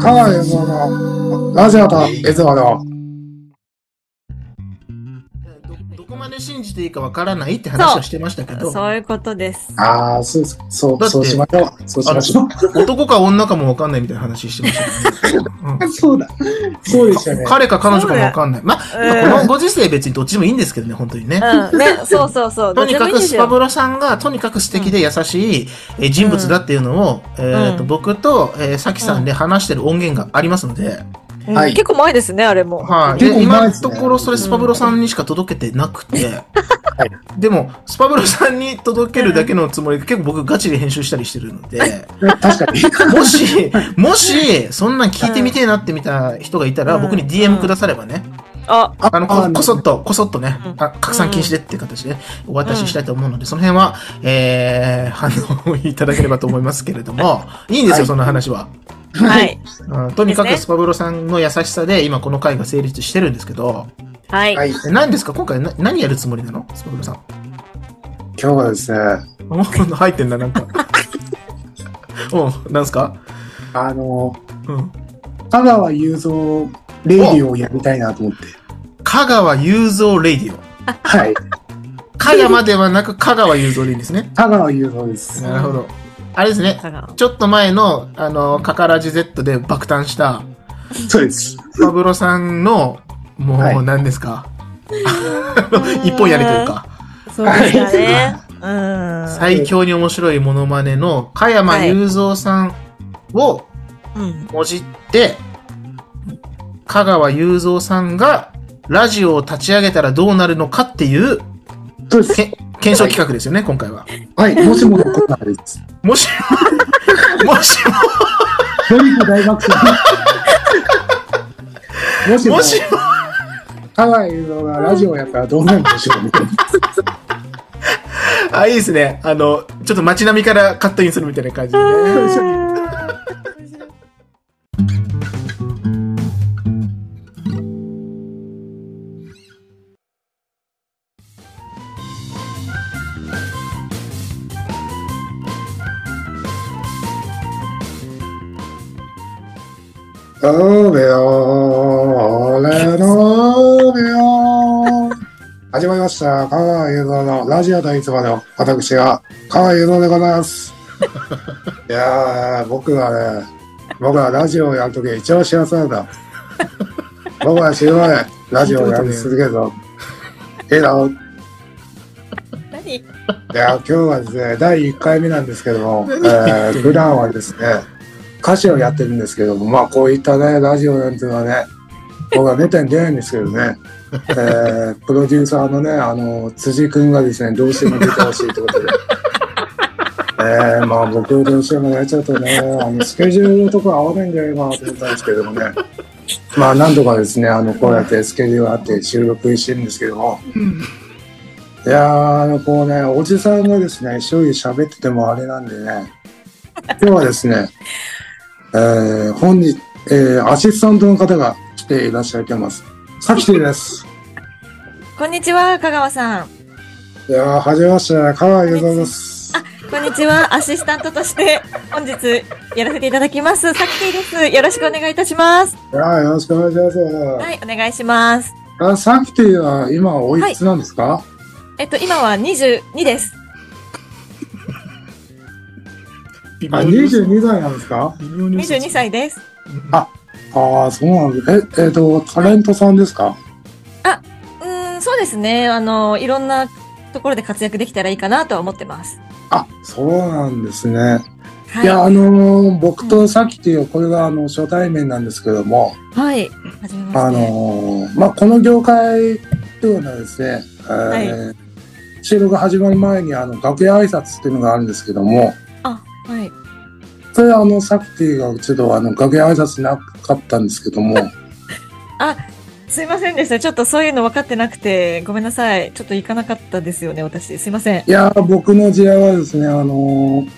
ハワイ映像のラジオと映像のどどこまで信じていいかわからないって話はしてましたけど、そういうことです。ああそうそうそうだってそうしましょうそうしましょ男か女かもわかんないみたいな話してましたよね、うんうそうだそうですよね彼か彼女かもわかんない。まあ、うんこのご時世別にどっちでもいいんですけどね、本当にね。うん、ね、そうそうそう。とにかくスパブロ。ラさんがとにかく素敵で優しいえー人物だっていうのを、えーとうん僕と、えー、さきさんで話してる音源がありますので、うんはい結構前ですね、あれも。はい。結構で、うま今いのですねところそれスパブロさんにしか届けてなくて、でも、スパブロさんに届けるだけのつもりで結構僕ガチで編集したりしてるので、確かにもし、もし、そんなん聞いてみてえなってみた人がいたら、うん僕に DM くださればね、あ、あの、あこーこそっと、こそっとねうん、あ拡散禁止でっていう形でお渡ししたいと思うので、その辺は、えー、反応をいただければと思いますけれども、いいんですはよ、いその話は。 はい。うんとにかでくすねスパブロさんの優しさで、今この回が成立してるんですけど、はい。はいえ何ですか今回な何やるつもりなのスパブロさん。今日はですねお入ってんだ、なんか。うん、なんすかあのうん。香川雄三レイディオをやりたいなと思って香川雄三レイディオ。はい香山ではなく香川雄三でいいんですね。香川雄三ですなるほど。あれですね。香川ちょっと前の、あの、カカラジ Z で爆誕した、そうですパブロさんの、もう、はい何ですか。あの 一本やりというか、そうでしたね。うん最強に面白いモノマネの、香山雄三さんをうん。もじって、香川雄三さんが、ラジオを立ち上げたらどうなるのかっていう、そうですけ検証企画ですよね、今回は。はいもしものコーナーですもし、もしドリフ大爆笑もしも、ももしも、香川雄三がラジオをやったらどうなるんでしょうみたいなあ、いいですね。あの、ちょっと街並みからカットインするみたいな感じでね。おーべよー、俺のーべよー。始まりました。香川雄三のラジオといつまでも、私は香川雄三でございます。いやー、僕はね、僕はラジオをやるとき一番幸せなんだ。僕は死ぬまでラジオをやり続けるぞ。いいだろう。何いや、今日はですね、第1回目なんですけども、えー、普段はですね、歌手をやってるんですけども、まあ、こういったね、ラジオなんていうのはね、僕はめったに出ないんですけどね、えー、プロデューサーのね、あの、辻君がですね、どうしても出てほしいということで、えー、まあ、僕どうしてもね、ちょっとね、あの、スケジュールとか合わないんじゃないかなと思ったんですけどもね、まあ、なんとかですね、あの、こうやってスケジュールあって収録してるんですけども、いやーあのこうねおじさんがですね一人で喋っててもあれなんでね今日はですね、えー、本日、えー、アシスタントの方が来ていらっしゃいますさきてぃですこんにちは、香川さん。いやーはじめまして香川由三ですこんにちは、アシスタントとして、本日、やらせていただきます。さっきです。よろしくお願いいたします。いやーよろしくお願いします、はい、お願いします。あさきてぃは今おいくつなんですか、えっと、今は22です。微あ妙に22歳なんですか微妙に嘘つ22く歳です。ああそうなんですええっ、とタレントさんですかうーん、そうですね。あの、いろんなところで活躍できたらいいかなとは思ってます。あそうなんですね、、はいやあのー僕とさきてぃはこれがあの初対面なんですけども、はい。はじめまして。あのーまあ、この業界っていうのはですね、えー収録が始まる前にあの楽屋挨拶っていうのがあるんですけども、あ、はい。それはあの、サクティがちょっとあの楽屋挨拶なかったんですけど も、すいませんでした。ちょっとそういうの分かってなくて、ごめんなさい。ちょっと行かなかったですよね、私。すいません。いやー、僕の時代はですね、あのー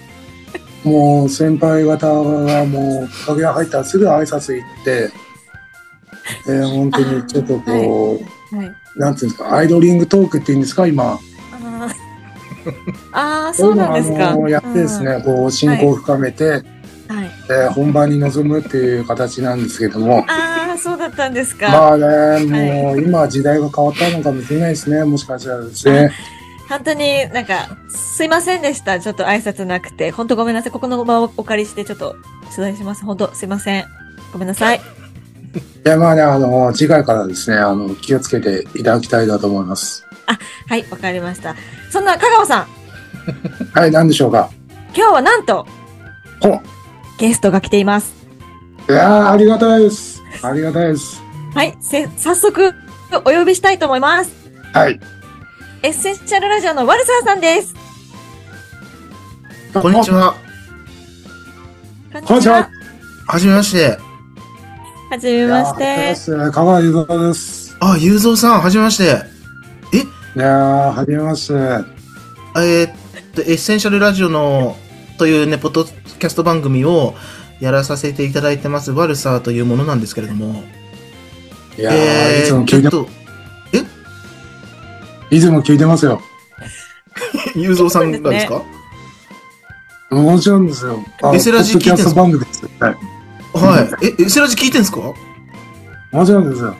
もう先輩方がもう楽屋入ったらすぐ挨拶行って、えー本当にちょっとこう、はい。なんていうんですか、アイドリングトークっていうんですか、今。あーあー、そうなんですか。こいのをやってですね、こう、親交を深めて、うん。はえい。えー本番に臨むっていう形なんですけども、ああ、そうだったんですか。まあね、もう今時代が変わったのかもしれないですね、もしかしたらですね。本当になんか、すいませんでした。ちょっと挨拶なくて。本当ごめんなさい。ここの場をお借りして、ちょっと取材します。本当すいません。ごめんなさい。で、まあね、あの、次回からですね、あの、気をつけていただきたいなと思います。はい、わかりました。そんな香川さん、はい、何でしょうか。今日はなんと、ほんゲストが来ています。いやーありがたいです。ありがたいです。はい、せ早速、お呼びしたいと思います。はい。エッセンシャルラジオのワルサーさんです。こんにちは。こんこんにちは。はじめまして。はじめいまやしー香て。川ゆうとです。あ、ゆうぞうさん、はじめまして。いやー、はじめまして。えーっと、エッセンシャルラジオの、というね、ポッドキャスト番組をやらさせていただいてます、ワルサーというものなんですけれども。いやー、いつも聞い、ちょってと、いつも聞いてますよ。ゆうぞうさんがですかもちろんですよ。あのエセラジ聞いてんポッドすキャかスト番組ですよ。はい。はい。え、エセラジ聞いてんすかもちろんですよ。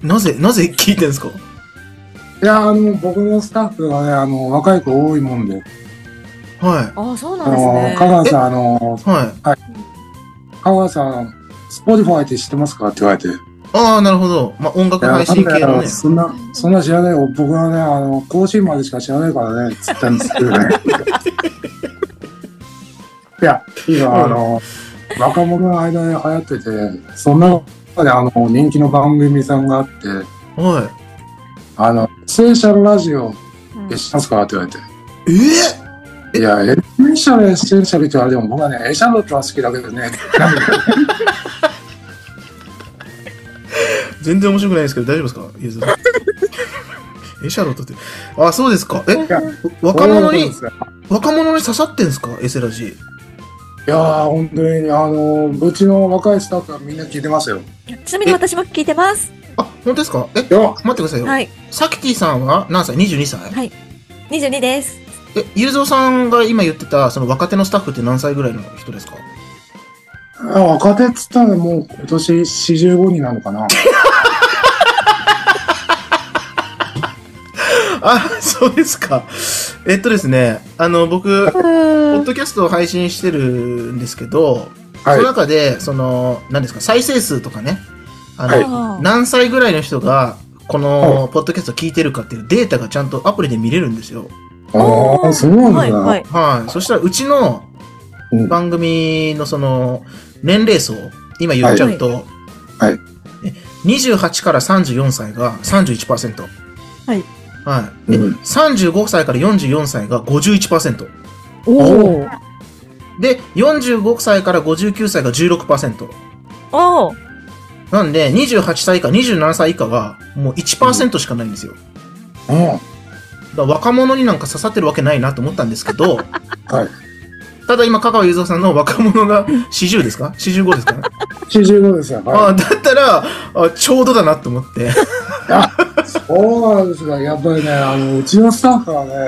なぜ、なぜ聞いてんすかいやー、あの、僕のスタッフはね、あの、若い子多いもんで、はああ、そうなあんですねの、。香川さん、あの、い。はい。香川さん、スポティファイって知ってますかって言われて。ああ、なるほど。まあ、音楽配信い系やわのかんねない。そんな、そんな知らないよ。僕はね、あの、甲子園までしか知らないからね、つったんですけどね。 いや、今、あの、若者の間で流行ってて、そんな中で、あの、人気の番組さんがあって、はい。あの、エッセンシャルラジオうんで知ってますかって言われて。えいや、エッセンシャル、エッセンシャルって言われても、僕はね、エッシャルとは好きだけどね。なんか全然面白くないですけど、大丈夫ですかゆうぞ うさん。え、シャーロットって。あ、そうですか。え、 若者に、若者に刺さってんすかエセラジ。いやー、本当に、あの、うちの若いスタッフはみんな聞いてますよ。ちなみに私も聞いてます。あ、本当ですかえ、よ待ってくださいよ。はい、サキティさんは何歳 ?22 歳。 22です。え、ゆうぞうさんが今言ってた、その若手のスタッフって何歳ぐらいの人ですかあ若手っつったらもう今年45になるのかな。あ、そうですか。えっとですね、あの、僕、ポッドキャストを配信してるんですけど、はそいの。中で、その、何ですか、再生数とかね、あの、はいあー何歳ぐらいの人が、この、ポッドキャストを聞いてるかっていうデータがちゃんとアプリで見れるんですよ。ああ、そうなんだ。はい、はい。はい。そしたら、うちのうん番組のその、年齢層、今言っちゃうと、はい。え28から34歳が31%。はい。はい。えうん35歳から44歳が51%。おお。で、45歳から59歳が16%。おお。なんで、28歳以下、27歳以下は、もう1%しかないんですよ。うん。だから若者になんか刺さってるわけないなと思ったんですけ ど、はい。ただ今、香川雄三さんの若者が40ですか ?45 ですか、 45ですよ。あはあだったらあ、ちょうどだなと思っい。て。そうなんですが、やっぱりね、あの、うちのスタッフはね、んあ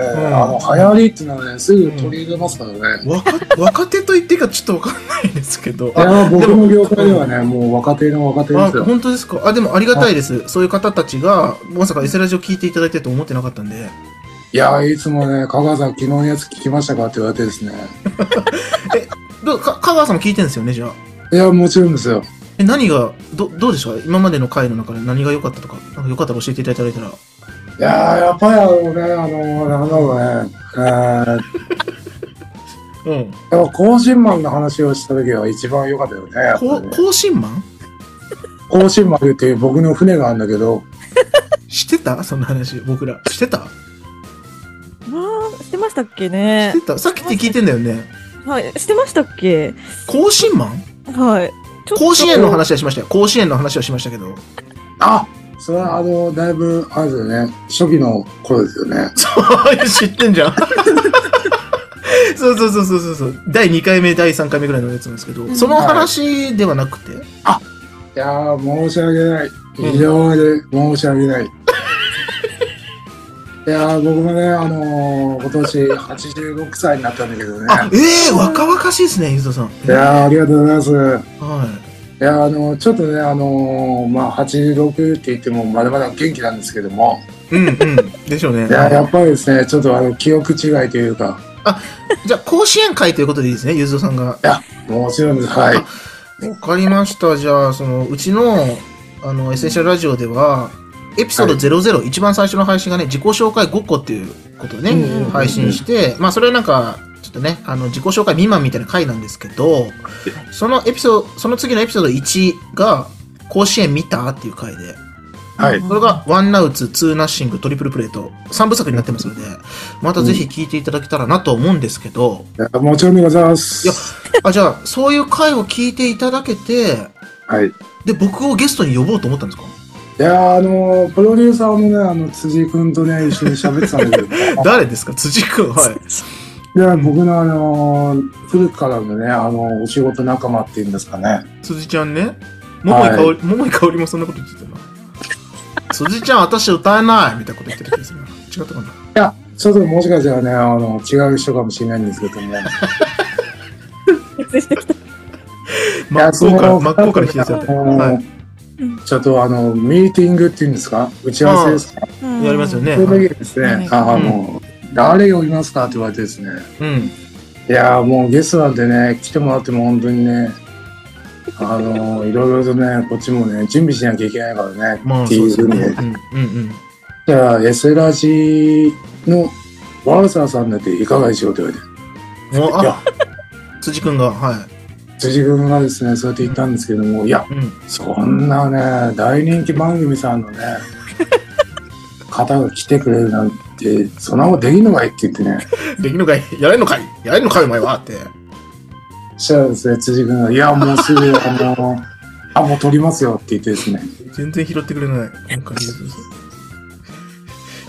の、流行りっていうのはね、すぐ取り入れますからね。若若手と言っていいかちょっとわかんないですけど。いあやー、僕でもの業界ではね、もう若手の若手であすよ。本当ですかあ、でもありがたいです。そういう方たちが、まさかエセラジオ聞いていただいてると思ってなかったんで。いやー、いつもね、香川さん、昨日のやつ聞きましたかって言われてですね。どうか香川さんも聞いてるんですよね、じゃあ。いや、もちろんですよ。え、何が、ど、どうでした今までの回の中で何が良かったとか、なんか良かったら教えていただいたら。いやー、やっぱりあのね、あの、なんだろうね、えー、うん。やっぱ更新マンの話をした時は一番良かったよねやっぱこりう、ね。更新マン更新丸っていう僕の船があるんだけど、してたそんな話、僕ら。してたああ、してましたっけねして。たさっきって聞いてんだよね。はい、してましたっけ。更新マンはい。ちょっと甲子園の。話はしましたよ。甲子園の話はしましたけど。あそれはあの、だいぶ、あれですよね、初期の頃ですよね。知ってんじゃん。 そうそうそうそうそうそう。第2回目、第3回目ぐらいのやつなんですけど、んその話ではなくて、いやー、申し訳ない。非常に申し訳ない。いやー僕もね、あのー今年86歳になったんだけどね。あ、ええ若々しいですね、ゆずさん。いやーありがとうございます。はいやーあのちょっとね、あのーまあ、86って言っても、まだまだ元気なんですけども、い。うんうん。でしょうね。いやーやっぱりですね、ちょっとあの、記憶違いというか、じゃあ、甲子園会ということでいいですね、ゆずさんが。もちろんです。はい。わかりました。じゃあ、その、うちの、あの、エッセンシャルラジオでは、エピソード00、一番最初の配信がね、自己紹介5個っていうことをね、うんうんうん配信して、まあ、それはなんか、ちょっとね、あの、自己紹介未満みたいな回なんですけど、そのエピソード、その次のエピソード1が、甲子園見たっていう回で、はい。それが、ワンナウツ、ツーナッシング、トリプルプレート、3部作になってますので、またぜひ聞いていただけたらなと思うんですけど、いやもちろんでございます。いやあじゃあそういう回を聞いていただけてはい。いで僕をゲストに呼ぼうと思ったんですかやーあのープロデューサーもね、あの、辻君とね、一緒に喋ってたんだけど、誰ですか辻君はいいや僕のあのー古くからのね、あのーお仕事仲間っていうんですかね。辻ちゃんね桃井かおり、桃井かおりもそんなこと言ってた な辻ちゃん私歌えないみたいなこと言ってる気がするな違ったかないや、ちょっともしかしたらね、あの、違う人かもしれないんですけども。失礼してきた。真っ向から真っ向から否定てされた。てあのはちょっとあの、ミーティングっていうんですか打ち合わせですかいやりますよ。ね、そはのい時ですね、はいあの、誰呼びますかって言われてですね。うんいやーもうゲストなんてね、来てもらっても本当にね、あの、いろいろとね、こっちもね、準備しなきゃいけないからね、まあっていそううでふすようにねね。うんうんうんじゃあ、エセラジのワルサーさんだっていかがでしょうって言われて。もういやあ辻君がは辻君がですね、そうやって言ったんですけども、いや、い、うん、そんなね、大人気番組さんのね、方が来てくれるなんて、そんなことできんのかいって言ってね、できるのかいやれんのかいやれんのかいお前はってそしたらですね、辻君が、いや、もうすぐ、あの、あ、もう撮りますよって言ってですね、全然拾ってくれない。今回、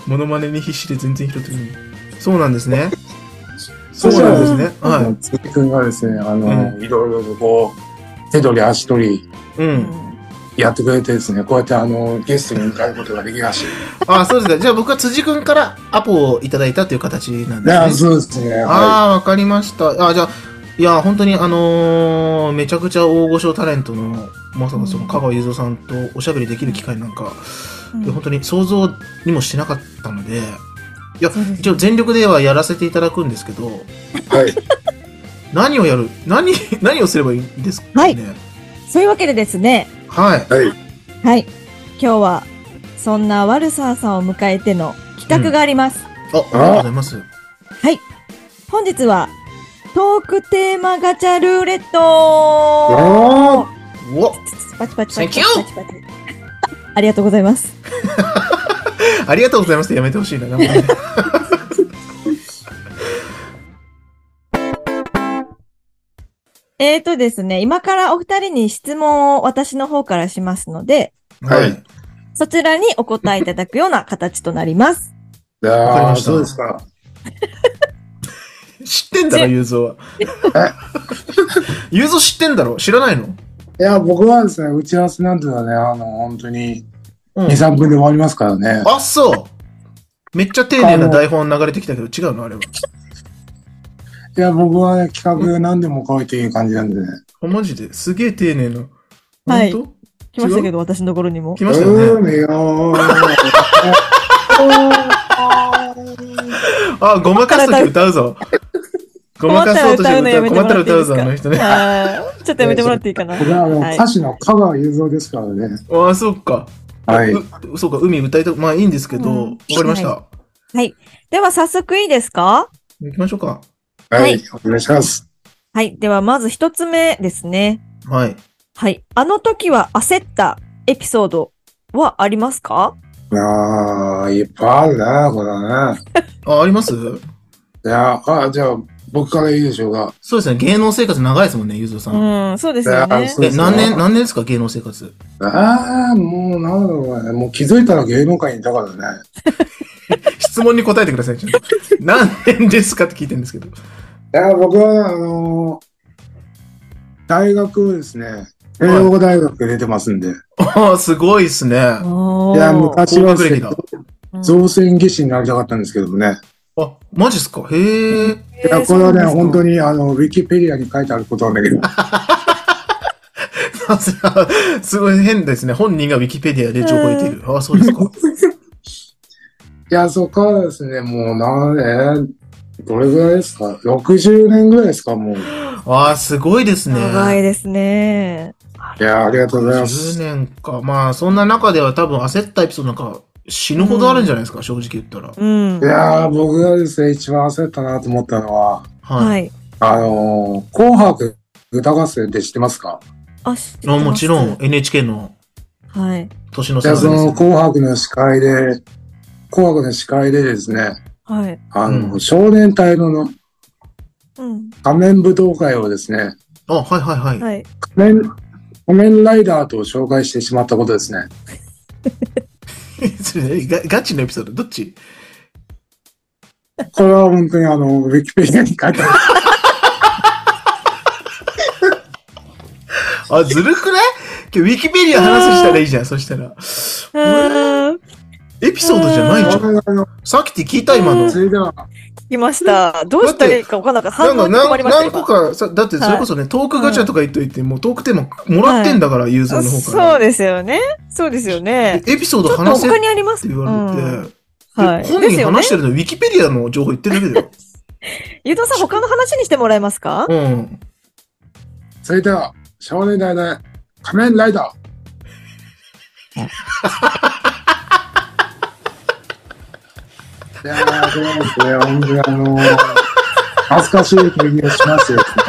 モノマネに必死で全然拾ってくれない。そうなんですね。そそうしたならんでですすね、ね。は辻君がですね、あの、いろいろとこう、手取り足取りい。う。うんん。やってくれてですね、こうやってあの、ゲストに迎えることができま した。あ、そうですか。じゃあ僕は辻君からアポをいただいたという形なんいや、ですね。そうですね。はああ、わかりました。あじゃあ、いや、本当にあのーめちゃくちゃ大御所タレントの、まさかその香川雄三さんとおしゃべりできる機会なんか、いや本当に想像にもしてなかったので、いやそうですね、一応全力ではやらせていただくんですけど、い。はい。何をやる何、 何をすればいいんですかねはいそういうわけでですね、はい。はい。 はい。今日は、そんなワルサーさんを迎えての企画があります。あ、ありがとうございます。はい。本日は、トークテーマガチャルーレットうわ、パチパチパチパ Thank you チパチパチ。ありがとうございます。ありがとうございますってやめてほしいな、なんかねえーとですね、今からお二人に質問を私の方からしますので、はいはい。そちらにお答えいただくような形となります。いやーわかりましたそうですか。知ってんだろ、えゆうぞ うは。ゆうぞう知ってんだろ知らないのいや、僕はですね、打ち合わせなんてのはね、あの、本当に、うん2、。3分で終わりますからね。あ、そう。めっちゃ丁寧な台本流れてきたけど、違うのあれは。いや、僕はね、企画何でも書いていい感じなんでね。あ、マジですげえ丁寧な。はい本来ましたけど、私のところにも当う来ましたーよね。めよー。あ、ごまかすとき歌うぞ。ごまかそうとして歌う。困困っったらたら歌歌ううぞ、あのやのめ人ね。ああーちょっとやめてもらっていいかな。僕はあの、はい歌手の香川雄三ですからね。あ、そうか。。。はいうそうか、海歌いたく、まあいいんですけど、うんわかりました。では早速いいですか行きましょうか。ははいい。お願いします。はい。ではまず一つ目ですね。はい。はい。あの時は焦ったエピソードはありますかああ、いっぱいあるな、これはね。あ、ありますいや、あ、じゃあ、僕からいいでしょうか。そうですね、芸能生活長いですもんね、ゆずおさん。うん、そうですよいやねそ。うえ、ですね何年、何年ですか、芸能生活。ああ、もう、なんだろうね。もう気づいたら芸能界にいたからね。質問に答えてください、ちゃんと。何年ですかって聞いてるんですけど。いや、僕は、あのー大学をですね、慶応大学入れてますんで。いああ、すごいっすね。おーや、昔は高学歴だ。造船技師になりたかったんですけどもね。あ、マジっすかへえ。いや、これはね、本当に。に、あの、ウィキペディアに書いてあることなんだけど、 さすが すごい変ですね。本人がウィキペディアで情報を得ている。あ、そうですか。いや、そこからですね、もう、な、えーどれぐらいですか ?60 年ぐらいですか、もう。いあー、すごいですね。長いですね。や、ありがとうございます10。年か。まあ、そんな中では多分焦ったエピソードなんか死ぬほどあるんじゃないですか、正直言ったら。うん。いやー、僕がですね、一番焦ったなと思ったのは、は。はいい。あのー紅白歌合戦って知ってますかあ、知ってあますもちろん。NHK のはい。年のじ差ゃあですそのね。紅白の司会で、紅白の司会でですね、はい。あの、うん少年隊ののうん。仮面舞踏会をですね、あ、はいはいはい。はい。仮面、仮面ライダーと紹介してしまったことですね。 それガガチのエピソード、どっちこれは本当にあの、ウィキペディアに書いてある。あ、ずるくない今日ウィキペディア話したらいいじゃん、そしたら。うん。エピソードじゃないじゃん。あのさっき聞いた今の。それでは、来ました。どうしたらいいか分からなかった。なん反応か何に困りました。何個今かさ、だってそれこそね、トークガチャとか言っといて、もうトークテーマもらってんだから、ユーザーの方から。そうですよね。そうですよね。エピソーちドょっと話せっ他てにあります。言われて、うん本はい。です人よね話。してるの、ウィキペディアの情報言ってるだけだよ。ゆうとさん、他の話にしてもらえますかうん。それでは、少年隊の仮面ライ ダー。いやー、そうですね、本当にあのー、恥ずかしい経験をしましてですね。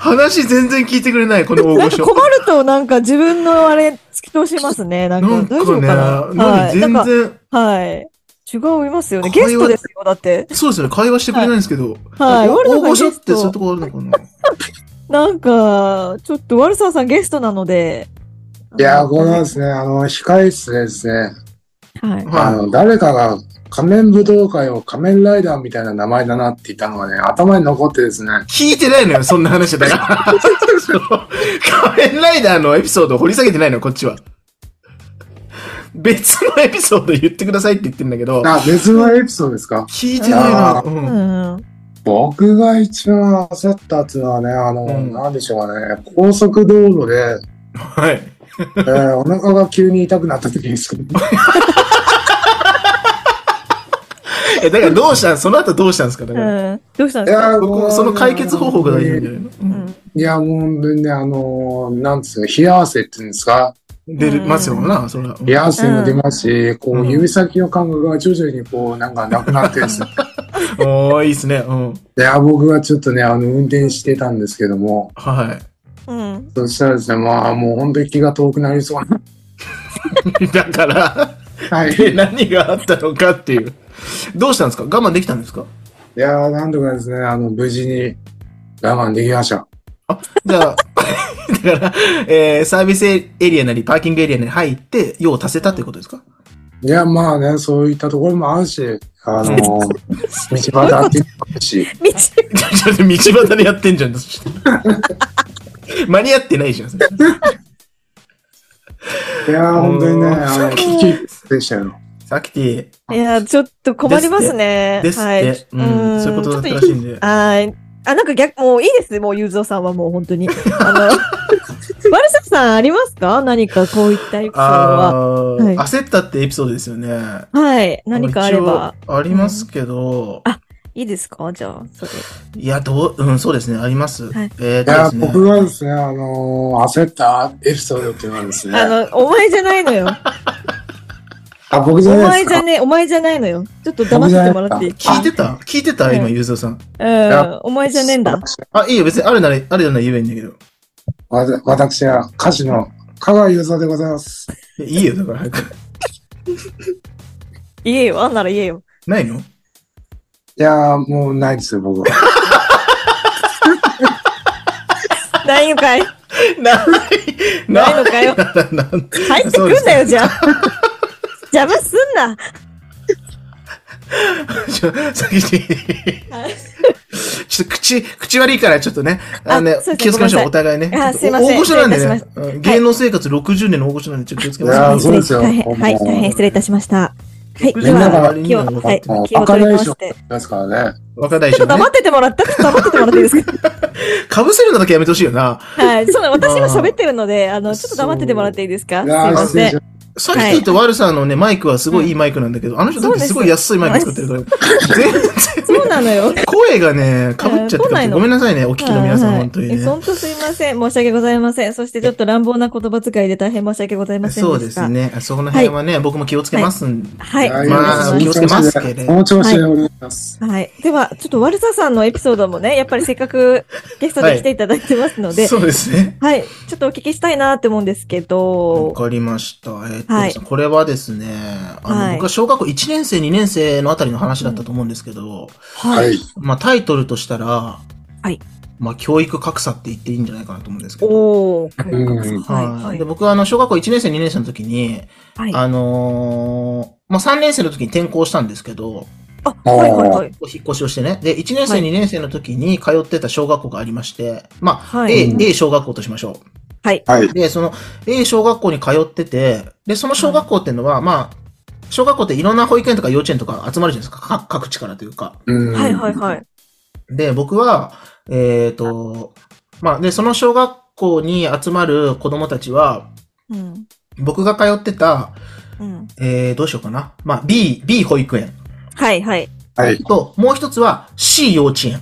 話全然聞いてくれない、この大な御んか所。困ると、なんか自分のあれ、突き通しますね。なんか、なん大丈夫かかね、な何はい。なん全か、然、はい。違いますよね。会ゲ話ストですよ、だって。そうですよね、会話してくれないんですけど、はい。ワルサ大ーさん御所ゲっスてそういうトと。こあるのかな。なんか、ちょっとワルサーさんゲストなので。いやー、これはですね、あの、控室でですね、はい。あはの、誰かが仮面舞踏会を仮面ライダーみたいな名前だなって言ったのがね、頭に残ってですね、い。聞いてないのよ、そんな話だから。仮面ライダーのエピソードを掘り下げてないのよ、こっちは。別のエピソード言ってくださいって言ってんだけど、あ、別のエピソードですか聞いてなあいのうよ。ん。僕が一番焦ったっていうのはね、あの、うんなんでしょうかね、高速道路 で、うんはい。えーお腹が急に痛くなった時ですね。え、だからどうしたんその後どうしたんですかだうから。ん。どうしたんいですかやー僕もう その解決方法が大事なんじゃないのううんん。いや、もう本当にね、あのーなんですか、冷や汗っていうんですか、出る、ますよな、それは。冷や汗も出ますし、こうう、ん指先の感覚が徐々にこう、なんかなくなってですね。おー、いいっすね。うん。いや、僕はちょっとね、あの、運転してたんですけども、はうん。そしたらですね、まあ、もう本当に気が遠くなりそうな。い。 だから、はい。で何があったのかっていう。どうしたんですか我慢できたんですかいやー、なんとかですね、あの、無事に我慢できました。あ、じゃあ、 だから、えー、サービスエリアなり、パーキングエリアなり入って、用を足せたってことですか いや、まあね、そういったところもあるし、あの、道端っていうのもあるし、道。 ちょっと道端でやってんじゃん。 そして間に合ってないじゃん。それいやー、本当にね、うんあの、危機でしたよ。さっきて、いやー、ちょっと困りますね。ですっはい。て、うん、そういうことだったらしいんで。はい。あ、なんか逆、もういいです。もう、ゆうぞうさんはもう本当に。あの、 バルサさんありますか何かこういったエピソードは。あー、はい焦ったってエピソードですよね。はい。何かあれば。。ありますけど、うんいいですかじゃあ、それ。いや、どう、うん、そうですね、あります。はいえいやーとー、です僕ね、はですね、あのー焦ったエピソードっていうのはですね、ああの、お前じゃないのよ。僕おじゃない前ですじか。ゃね、お前じゃないのよ。ちょっと騙してもらっていい聞いてた聞いてたはい今、ゆうぞうさん。うん。お前じゃねえんだ。あ、いいよ、別にあるなら、あるようなら言えばいいんだけど。わた私は歌手の香川雄三でございます。いいいよ、だから早く。言えよ。あんなら言えよ。ないのいやー、もうないですよ、僕は。ないのかいない、ないのかよ。ななん入ってくんだよ、じゃあ。邪魔すんな。ちょさっき、ちはょいっと口、口悪いから、ちょっとね、あのねあそうですね気をつけましょう、おご互いね。あちょっとすいません大御所なんで失礼いねた、うん芸能生活60年の大御所なんで、ちょっと気をついけましょう。やー、そうですよ。大変はい、大変失礼いたしました。はい、みんなが今、気を、はいあ、気を取り直し開て。ですからね。若大ちょ将っと黙ねっ。ててもらったら、黙っててもらっていいで すかかぶせるのだけやめてほしいよな。はい。そうだ、私今喋ってるので、あの、ちょっと黙っててもらっていいですかすいいやーま失せ礼んし。さっき言ったワルさんのね、マイクはすごいいいマイクなんだけど、あの人だけすごい安いマイク使ってるから、全然そうなのよ。声がね、かぶっちゃってうん来るないのごめんなさいね、お聞きの皆さん、本当にはいえね。本当すいません。申し訳ございません。そしてちょっと乱暴な言葉遣いで大変申し訳ございませんでしそた。うです。ね。あそこの辺はね、僕も気をつけますんで。はい。まあお願いしまあ気をつけますけれどこの調子でお願いします。はい。では、ちょっとワルサさんのエピソードもね、やっぱりせっかくゲストで来ていただいてますので、そうですね。はい。ちょっとお聞きしたいなって思うんですけわど、かりました。えっと、はいこれはですね、あの、はい僕は小学校1年生、2年生のあたりの話だったと思うんですけど、ははい。い。まあタイトルとしたら、はいまあ教育格差って言っていいんじゃないかなと思うんですけど。おー、うんはいはいで僕はあの、小学校1年生、2年生の時に、はい。あ、あのーまあ3年生の時に転校したんですけど、はいはいはい。お引っ越しをしてね。で、1年生、はい2年生の時に通ってた小学校がありまして、まあ、はい A、A 小学校としましょはい。はい。う。で、その A 小学校に通ってて、で、その小学校っていうのは、まあ、小学校っていろんな保育園とか幼稚園とか集まるじゃないですか。か各地からというか。うんはいはいはい。で、僕は、えっ、と、まあ、で、その小学校に集まる子供たちは、うん。僕が通ってた、うん。えー、どうしようかな。まあ、B、B 保育園はいはい。はい。と、もう一つは C 幼稚園。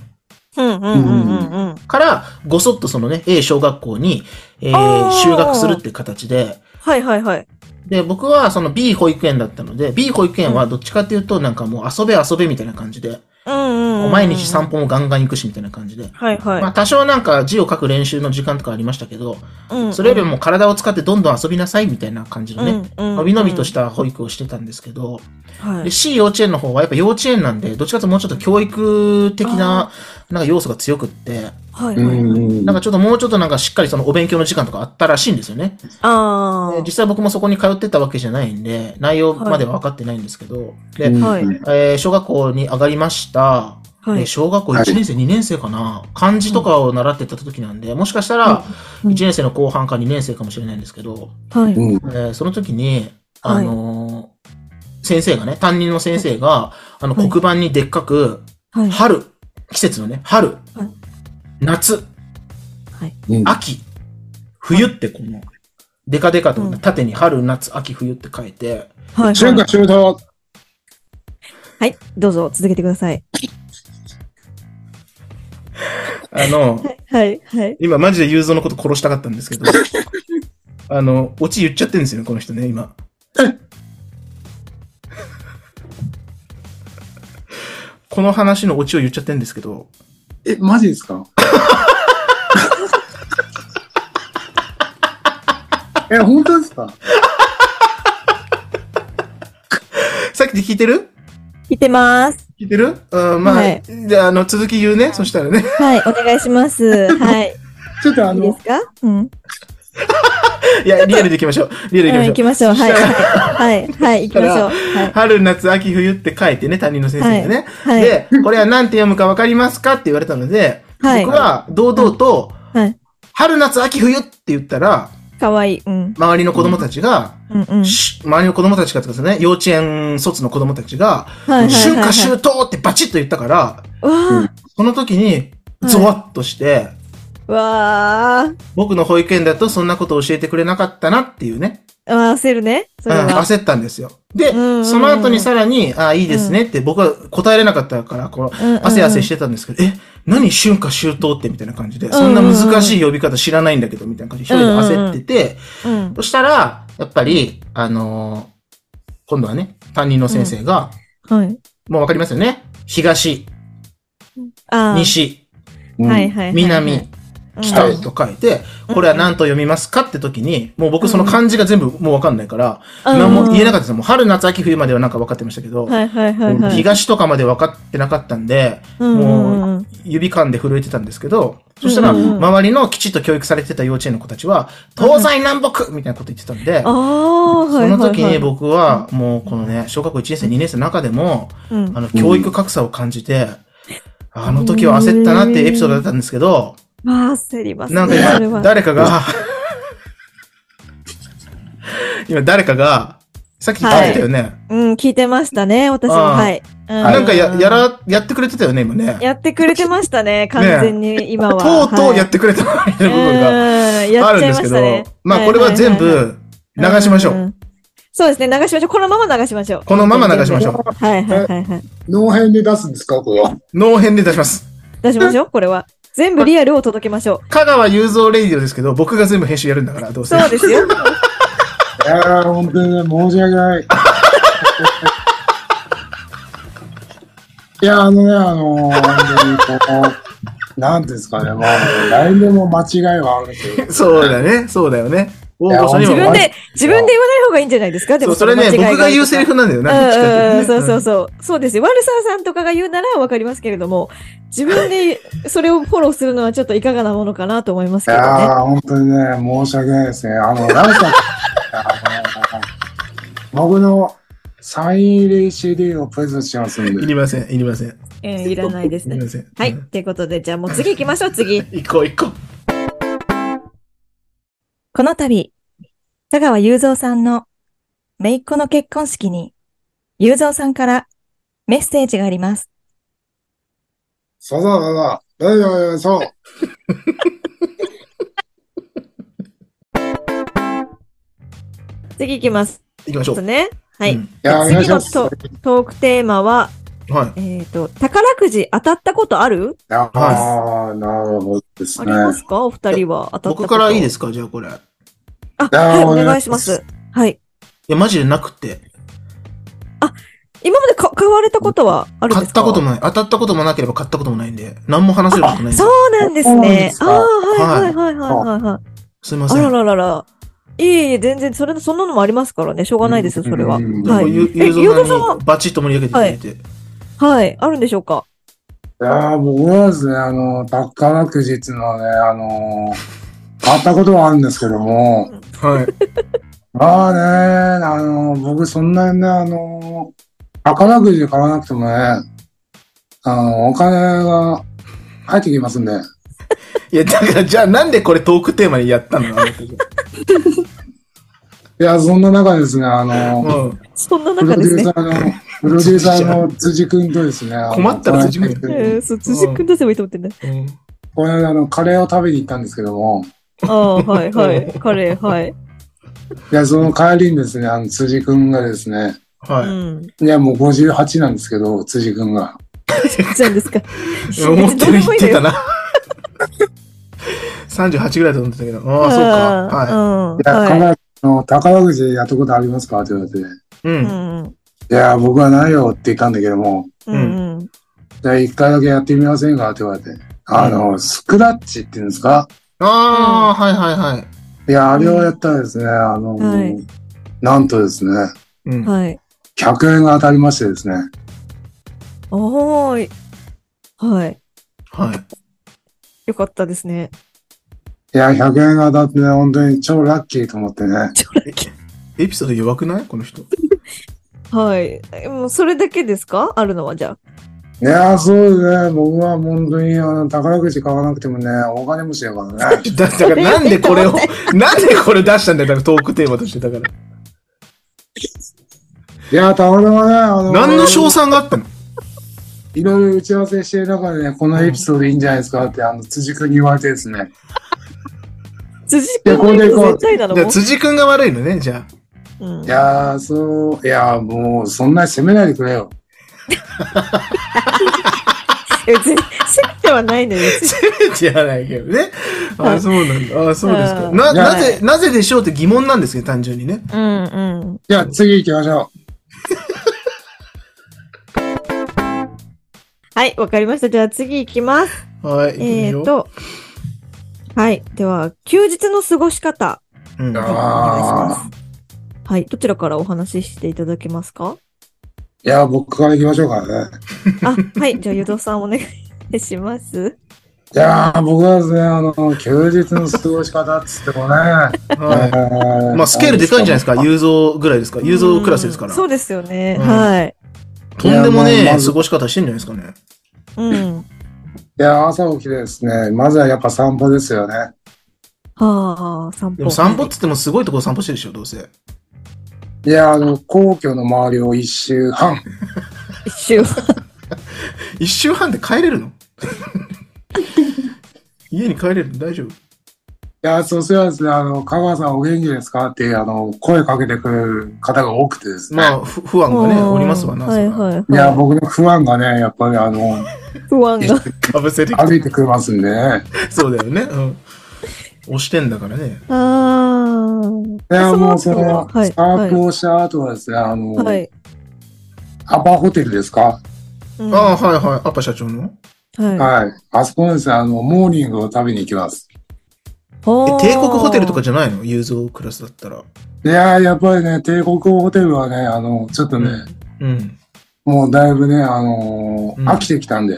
うんうんうんうんうん。から、ごそっとそのね、A 小学校に、えーあー修学するっていう形で、はいはいはい。で、僕はその B 保育園だったので、B 保育園はどっちかっていうと、なんかもう遊べ遊べみたいな感じで、うんうんうんうん。毎日散歩もガンガン行くしみたいな感じで、はいはい。まあ多少なんか字を書く練習の時間とかありましたけど、うんうんそれよりも体を使ってどんどん遊びなさいみたいな感じのね、うんうんうんのびのびとした保育をしてたんですけど、はでい。 C 幼稚園の方はやっぱ幼稚園なんで、どっちかというともうちょっと教育的な、なんか要素が強くって、はいはいはい。うんなんかちょっともうちょっとなんかしっかりそのお勉強の時間とかあったらしいんですよね。あで実際僕もそこに通ってたわけじゃないんで、内容までは分かってないんですけど、で、うんはいえー小学校に上がりました。あ。はえーい。小学校1年生、2年生かな漢字とかを習ってた時なんで、もしかしたらうん1年生の後半か2年生かもしれないんですけど、はい。うんえーその時に、はあいのー先生がね、担任の先生が、あのはい黒板にでっかく、はい。春、季節のね、春、夏、うん秋、冬ってこの、デカデカとうん縦に春、夏、秋、冬って書いて、はい。中華中道。はい。どうぞ、続けてください。あの、はい。はい。今マジで雄三のこと殺したかったんですけ ど、あの、オチ言っちゃってるんですよね、この人ね、今。 この話のオチを言っちゃってるんですけど、え、マジですか え、本当ですかさっきで聞いてる聞いてます。聞いてるうん、まあ、はいじゃあ、あの、続き言うね、そしたらね。はい。お願いします。はい。ちょっとあいいでのす、かうん。いや、リアルでいきましょう。リアルでいきましょ行うき。ましょう。はい。はい。はい。行きましょう。はい。春、夏、秋、冬って書いてね、担任の先生がね。はい。で、これは何て読むか分かりますかって言われたので、はい僕は堂々と、はい。春、夏、秋、冬って言ったら、かわいい。うん。周りの子供たちが、うんうん。し周りの子供たちがとかですね、幼稚園卒の子供たちが、はい。はい。春夏はい。秋冬ってバチッと言ったから、わその時に、はいゾワッとして、あ。わあ。僕の保育園だとそんなことを教えてくれなかったなっていうね、焦るね。それうんは。焦ったんですよ。で、うんうんうんその後にさらに、ああ、いいですねって僕は答えれなかったから、この汗汗してたんですけど、え、何春夏秋冬ってみたいな感じで、んうんそんな難しい呼び方知らないんだけど、みたいな感じで一人で焦ってて、て。うん。そしたら、やっぱり、あのー今度はね、担任の先生が、はい。もうわかりますよね東、あ西、あ。はい。はい。南、北と書いて、これは何と読みますかって時に、もう僕その漢字が全部もうわかんないから、何も言えなかったっですもう春、夏、秋、冬まではなんか分かってましたけど、はい。はい。はい。はい。東とかまで分かってなかったんで、もう指噛んで震えてたんですけど、そしたらうんうんうん周りのきちっと教育されてた幼稚園の子たちは、東西南北みたいなこと言ってたんであ、あ、はそい。の時に、僕はもうこのね、小学校1年生、2年生の中でも、うんあ、の、教育格差を感じて、あの時は焦ったなっていうエピソードだったんですけど、まあ、焦りますね。なんそかれ 今、は。誰かが、今誰かが、さっき聞いてたよね。うん、聞いてましたね、私も。ああはい。いなんかや、やらら、やってくれてたよね、今ね。やってくれてましたね、完全に今は。とうとうやっててくれたみたいな部分が。やあるっんちでゃいますけしど、たね。まあこれは全いいい部流しましょう。んんん。そうですね、流しましょう。このまま流しましょう。このまま流しましょう。はいはいはいはい。脳編で出すんですかこれは。脳編で出します。出しま しょう、これは。全部リアルを届けましょ香川雄三レイディオですけど、僕が全部編集やるんだから、どうう。せ。そうです いよ。やー、本当にね、申し訳ない。いや、あのね、あのー、本当にこう、なんていうんですかね、もう、誰でも間違いはあるんですよ。そうだね、そうだよね。大御所にい自やも分本当にで、自分で言わない方がいいんじゃないですかでそもう、それね、の間違僕が言うセリフなんだような、どっちかっていんううとん、そうそうねそう。そうですよ。ワルサーさんとかが言うならわかりますけれども、自分でそれをフォローするのはちょっといかがなものかなと思いますいけどね。やー、本当にね、申し訳ないですね。あの、ラムさん、あのー、僕のサイン入り CD をプレゼントしますんうんいで。りません、いりません。いえーいらないですりね。ません。はい。うっん。てことで、じゃあもう次行きましょう、次。 行こう行こう。この度、佐川雄三さんの姪っ子の結婚式に、雄三さんからメッセージがあります。そうそうそうそう。うんうんそう。次行きます行きましょう。ね。はうい。んいやー、お願いします。次のトークテーマは、はい。えっと、宝くじ当たったことあるああ、なるほどですあねり。ますかお二人は当たったこと。。僕からいいですすか、じゃあこれ。いあ、やはい、おお願い願いします。はい。や、マジでなくて。今までか買われたことはあるん買でっすかたこともない。当たったこともなければ買ったこともないんで、何も話せることないんでそ。うなんですそうなんでね。すあかあ、はいはいはいはいはいはい。すいまあせらん。ららら。いえいえ、全然、それ、そんなのもありますからね。しょうがないですよ、それはう。んではも、い。ゆゆえうぞうゆうぞうささんんにバチッと盛り上げてくれて。はい。あるんでしょうかいやー、僕はですね、あの、宝くじっていうのはね、あのー、買ったことはあるんですけども、はい。まあね、あのー、僕そんなにね、あのー、宝くじ買わなくてもね、あの、お金が入ってきますんで、いや、だから、じゃあなんでこれトークテーマにやったのあなたいや、そんな中ですね、あ のー、うん。そんなプロ中デですューねサ。ーの、プロデューサーの 辻君とですね、あの困ったら辻君この間えー、そう、辻君出せばいいと思ってね。この間、あの、カレーを食べに行ったんですけども、ああ、はいはい。カレー、はい。いや、その帰りにですね、あの、辻君がですね、うはん。いや、もう58なんですけど、辻君が。じゃんです か。い。思ってる別にどうで言っもいいのてよたな。38ぐらいだと思ってたけど。ああ、そうか。はいや、うん。はい。宝あの宝くじやったことありますかって言われて、いい。う。うんん。や、僕はないよって言ったんだけども、うんうん。じゃあ一回だけやってみませんかって言われて、あの、スクラッチっていうんですかああ、はいはいはい。いや、あれをやったらですね、あの、はいなんとですね、うん。はい。 100円が当たりましてですね、おーい。はい。はい。よかったですね。いや、100円が当たってね、本当に超ラッキーと思ってね、エピソード弱くないこの人。はい。えもうそれだけですかあるのは、じゃいや、そうですね、僕は本当にあの宝くじ買わなくてもね、お金持ちだからね。だだからなんでこれを、なんでこれ出したんだよ、だからトークテーマとして。だから。いや、たまたまね、あの、何の賞賛があったのいろいろ打ち合わせしてる中でね、このエピソードいいんじゃないですかって、あの、辻君に言われてですね。あ。辻いや君これでこう絶対なのじゃもあう辻君が悪いのね、じゃうんいやー、そう、いやー、もう、そんなに責めないでくれよ。え全然責めてはないのよ。あ。せめてやらないけどね。ああ、そうなんだ。ああ、そうですか。うんな、じゃあなぜ、なぜでしょうって疑問なんですけど、単純にね。うんうん。じゃあ、次行きましょはい、わかりました。じゃあ次行きます。はい。えーと。はい。では、休日の過ごし方。うんう。お願いしあーはい。どちらからお話ししていただけますかいやー、僕から行きましょうかね。あ、はい。じゃあ、ゆどさんお願いします。いやー、僕はですね、あの、休日の過ごし方っつってもね、はい。えまあ、スケールでかいんじゃないですか。雄三ぐらいですか。雄三クラスですから。そうですよね。うんはい。とんでもいやねまあえまず過ごし方してんじゃないですかね。 うん。いやー、朝起きてですね、まずはやっぱ散歩ですよね。はあ、散歩。でも散歩っつってもすごいところ散歩してるでしょ、どうせ。いや、あの、皇居の周りを一周半。一周。一周半で帰れるの家に帰れる大丈夫いや、そうすればですね、あの、香川さんお元気ですかっていう、あの、声かけてくれる方が多くてですね。まあ、ふ不安がね、おりますわな。はいはいはい。いや、僕の不安がね、やっぱりあの、不安が。かぶせてきて歩いてくれますんでね。そうだよね。うん。押してんだからね。あーいや、もうそそのの、後ははいサークをした後はですね、あの、はい。アパホテルですか、うんああ、はいはい。アッパ社長のははい。あそこのですね、あの、モーニングを食べに行きます。い。え帝帝国ホテルとかじゃないの雄三クラスだったら。いやー、やっぱりね、帝国ホテルはね、あの、ちょっとね、うん。もうだいぶね、あのーうん飽きてきたんで。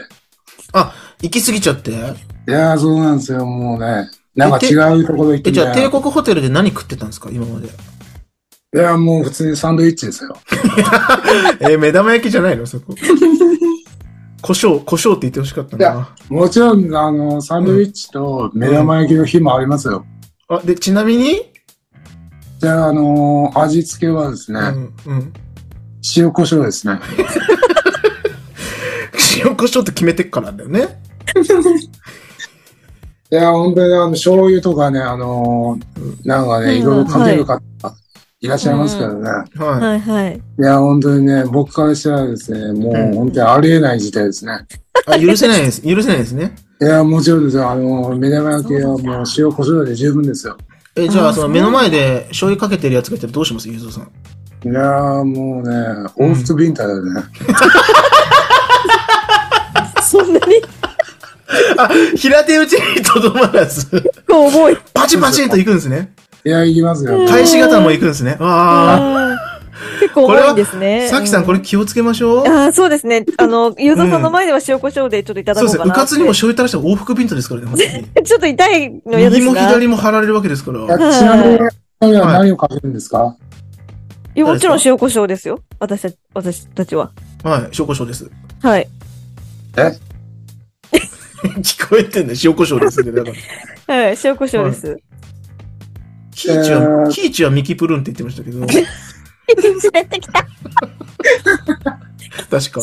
行き過ぎちゃって。いやー、そうなんですよ、もうね。なんか違うところ行ってえ、みたじいゃなあ帝国ホテルで何食ってたんですか今まで。いや、もう普通にサンドイッチですよ。えー目玉焼きじゃないのそ こ。胡椒、胡椒って言ってほしかったいな。もちろん、あの、サンドイッチと目玉焼きの日もありますよ。あ、で、ちなみに、じゃあ、あのー味付けはですね、うん、うん。 塩コショウですね。塩胡椒って決めてっからだよね。いや、本当にあの、醤油とかね、あのーなんかね、いろいろかける方、いらっしゃいますけどね。ははいはい。 いや、本当にね、僕からしたらですね、もううん本当にありえない事態ですね。い。あ、許せないです。許せないですね。いや、もちろんですよ。あのー目玉焼きはもう塩コショウで十分ですよ。え、じゃああ、その目の前で醤油かけてるやつがいたらどうしますゆうぞうさん。いやーもうね、オーストビンターだよね。そんなにあ、平手打ちにとどまらず、 こう重い。パチンパチンと行くんですね。いや、行きますよ。返し方も行くんですね。ああー結構重いんですね。あ。さきさん、これ気をつけましょう。ああ、そうですね。あの、ゆうぞうさんの前では塩コショウでちょっといただそうこでうすね。かうなって。かつにも醤油垂らしたら往復ビンタですからね、本 当ちょっと痛いのに。嫌で右すもが左も貼られるわけですから。いやちなみに、二人は何をかけるんですか、いやもちろん塩コショウですよ。私たち、私たちは。はい、塩胡椒です。はい。聞こえてんね、塩胡椒ですね。だから。はい、塩コショウです。キーチは、えーキーチはミキプルンって言ってましたけど、出てきた。確か。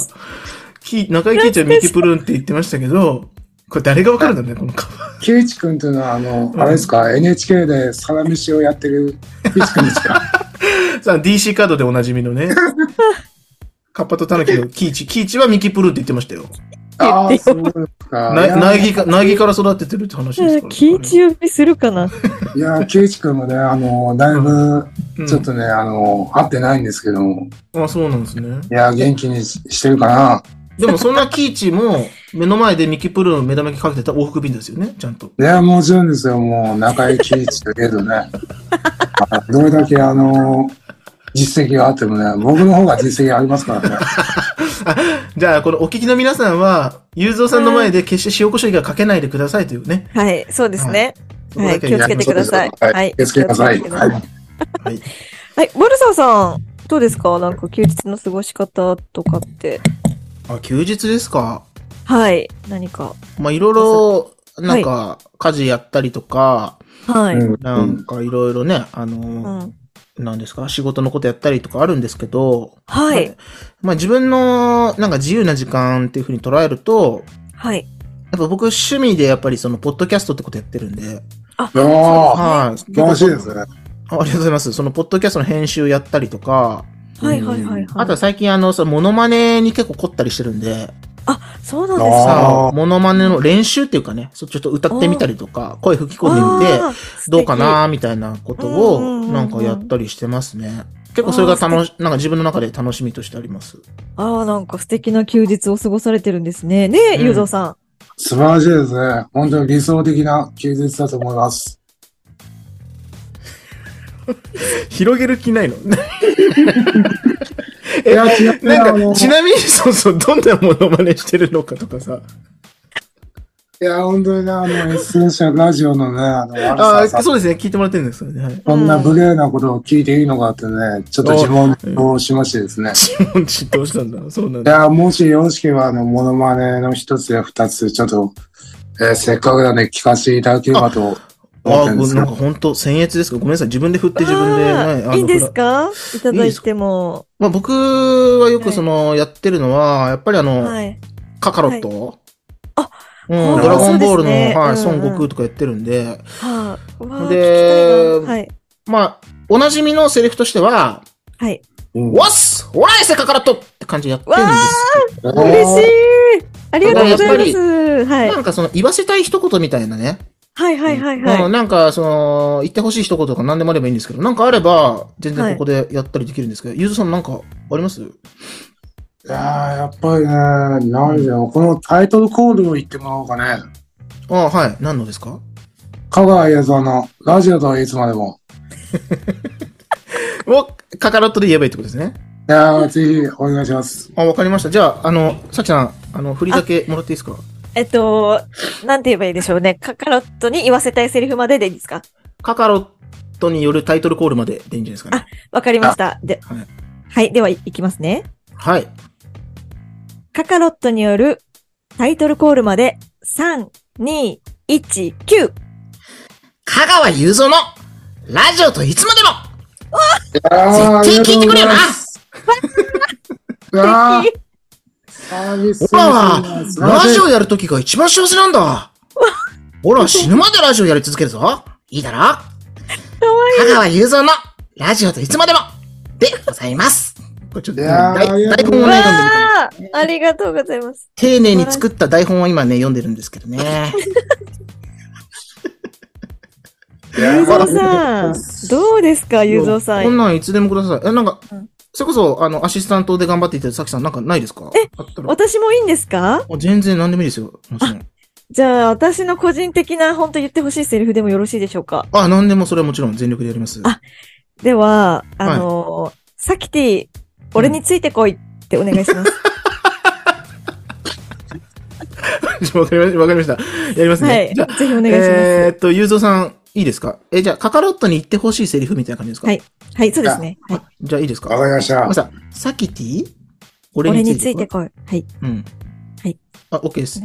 キ中井キーチはミキプルンって言ってましたけど、これ誰がわかるんだろうね、この顔。ケイチ君というのは、あの、んあれですか、NHK でサラメシをやってるケイチ君です かさあ、DC カードでおなじみの ね。カッパとタヌキのキーチ。キーチはミキプルンって言ってましたよ。ああ、そうですか。ないや苗木か、苗木から育ててるって話ですから。気中呼びするかないや、ケイチ君もね、あの、だいぶ、うんちょっとね、あの、会ってないんですけども、あ、そうなんですね。いや、元気にししてるかな。でもそんなキーチも、目の前でミキプルーン目玉焼きかけてたら往復便ですよね、ちゃんと。いや、もちろんですよ、もう、中井貴一だけどね。 あどれだけ、あの、実績があってもね、僕の方が実績ありますからね。 じゃあ、このお聞きの皆さんは、ゆうぞうさんの前で決して塩コショウ以外かけないでくださいというね。はい、そうですね。そこはだい、け気をつけてください。はい気をつけてください気をつけてくださいはい。はい、ボルサーさん、どうですかなんか休日の過ごし方とかって。あ、休日ですか。はい、何か。まあ、いろいろ、なんか、家事やったりとか、はい。うんなんかいろいろね、あうの、ん。なんですか、仕事のことやったりとかあるんですけど、はまいあ。まあ自分の、なんか自由な時間っていうふうに捉えると、はい。やっぱ僕趣味でやっぱりその、ポッドキャストってことやってるんで、おー、はい。素晴らしいですね。あありがとうございます。その、ポッドキャストの編集やったりとか、はい、はい、はい。あとは最近あの、その、モノマネに結構凝ったりしてるんで、そうなんですあーか。さあ、モノマネの練習っていうかね、そうちょっと歌ってみたりとか、声吹き込んでみて、あー素敵どうかなーみたいなことうんうんうんうを、んなんかやったりしてますね。結構それが楽し、なんか自分の中で楽しみとしてあります。ああ、なんか素敵な休日を過ごされてるんですね。ねえ、うんゆうぞうさん。素晴らしいですね。本当に理想的な休日だと思います。広げる気ないのいや、ちなみに、あなんのか、ちなみに、そうそう、どんなモノマネしてるのかとかさ。いや、本当にね、あの、エッセンシャルラジオのね、あの、あ悪あ、ささそうですね、聞いてもらってるんですよね。はい。こんな無礼なことを聞いていいのかってね、ちょっと自問をしましてですね。自問自答したんだ。そうなんいだ。や、もしよろしければ、あの、モノマネの一つや二つ、ちょっと、えーせっかくなんで聞かせていただければとああ、思っこれてなるんですけどんか本当僭越ですかごめんなさい。自分で振って自分で。はいあのいいんですかいただいても。まあ僕はよくその、やってるのは、やっぱりあの、はい。カカロット。あうん、あドラゴンボールの、そうですねはい、うんう孫ん悟空とかやってるんで、はあ。わあ、で聞きたいなはい。まあ、おなじみのセリフとしては、はい。うんわっすおらいせカカロットって感じでやってるんです嬉しいありがとうございますはけいど、。なんかその、言わせたい一言みたいなね。はいはいはいはうん、なんか、その、言ってほしい一言とか何でもあればいいんですけど、なんかあれば、全然ここでやったりできるんですけど、ゆずさんなんかありますいやーやっぱりね、なんだろう、このタイトルコールを言ってもらおうかね。ああ、はい。何のですか香川映像のラジオとはいつまでも。を、カカロットで言えばいいってことですね。いやーぜひお願いします。あ、わかりました。じゃあ、あの、さきさん、あの、振りだけもらっていいですかい。えっと、なんて言えばいいでしょうね。カカロットに言わせたいセリフまででいいですかカカロットによるタイトルコールまででいいんじゃないですかね。わかりました。で、はいはい。では、いきますね。はい。カカロットによるタイトルコールまで、3、2、1、9。香川雄三の、ラジオといつまでもいやー絶対聞いてくれよなありがとうございますいやーサービスほら精神が素晴ラらしジいオやるときが一番幸せなんだ ほら、死ぬまでラジオやり続けるぞいいだろ香川雄三の、ラジオといつまでもでございますこれちょっと、いやー台ありがとう台本をごね、ざ読んでみたい。わーありがとうございます。丁寧に作った台本を今ね、読んでるんですけどね。ゆうぞうさん、どうですか、ゆうぞうさこんん。なんいつでもください。え、なんか、うんそれこそ、あの、アシスタントで頑張っていたさきさん、なんかないですかえあったら。私もいいんですかあ全然何でもいいですよ。もちろん。じゃあ、私の個人的な、本当言ってほしいセリフでもよろしいでしょうかあ、何でもそれはもちろん全力でやります。あでは、あのー、サキティ、俺についてこいってお願いします。 わかりました。わかりました。やりますね。はい。じゃあ、ぜひお願いします。えーっと、ゆうぞうさん、いいですかえ、じゃあ、カカロットに言ってほしいセリフみたいな感じですかはいはい、そうですね。はい。じゃあ、いいですかわかりましまた。さ、サキティ俺俺ににつついいててここい。はい。い。うん。はい。あ、OK です。い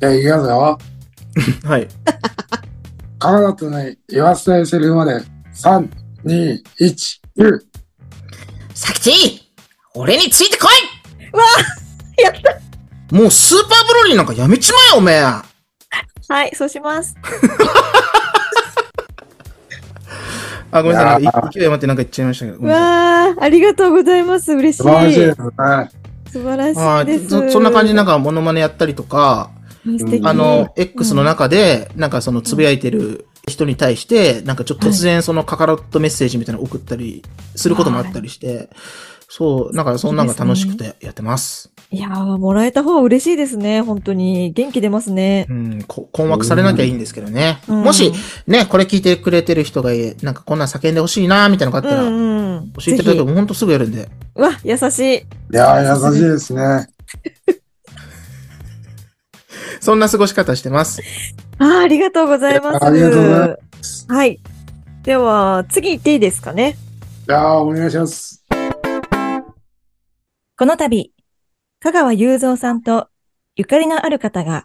や、いきますよ。はい。カナダとね、言わせたいセリフまで、3、2、1、9。サキティ俺についてこいやったもうスーパーブロリーなんかやめちまえよ、おめえはい、そうします。あ、ごめんなさい。いなやんか勢い余ってなんか言っちゃいましたけど。ごめんなさいわあ、ありがとうございます。嬉しい。素晴らしいですね。素晴らはしいでいす。そそんな感じでなんかモノマネやったりとか、うん素敵。あの、X の中で、なんかそのつぶやいてる人に対して、なんかちょっと突然そのカカロットメッセージみたいなの送ったりすることもあったりして、そう、なんかそんなんが楽しくてやってます。いやー、もらえた方は嬉しいですね。本当に。元気出ますね。うん、こ困惑されなきゃいいんですけどね。うんもし、ね、これ聞いてくれてる人がいなんかこんなん叫んでほしいなみたいなのうがあったら、教んうん。えていただけれぜばほんとすぐやるんで。ひうわ、優しい。いやー、優しいですね。そんな過ごし方してます。あーありがとうございます。ありがとうございます。はい。では、次行っていいですかね。いやー、お願いします。この度、香川雄三さんとゆかりのある方が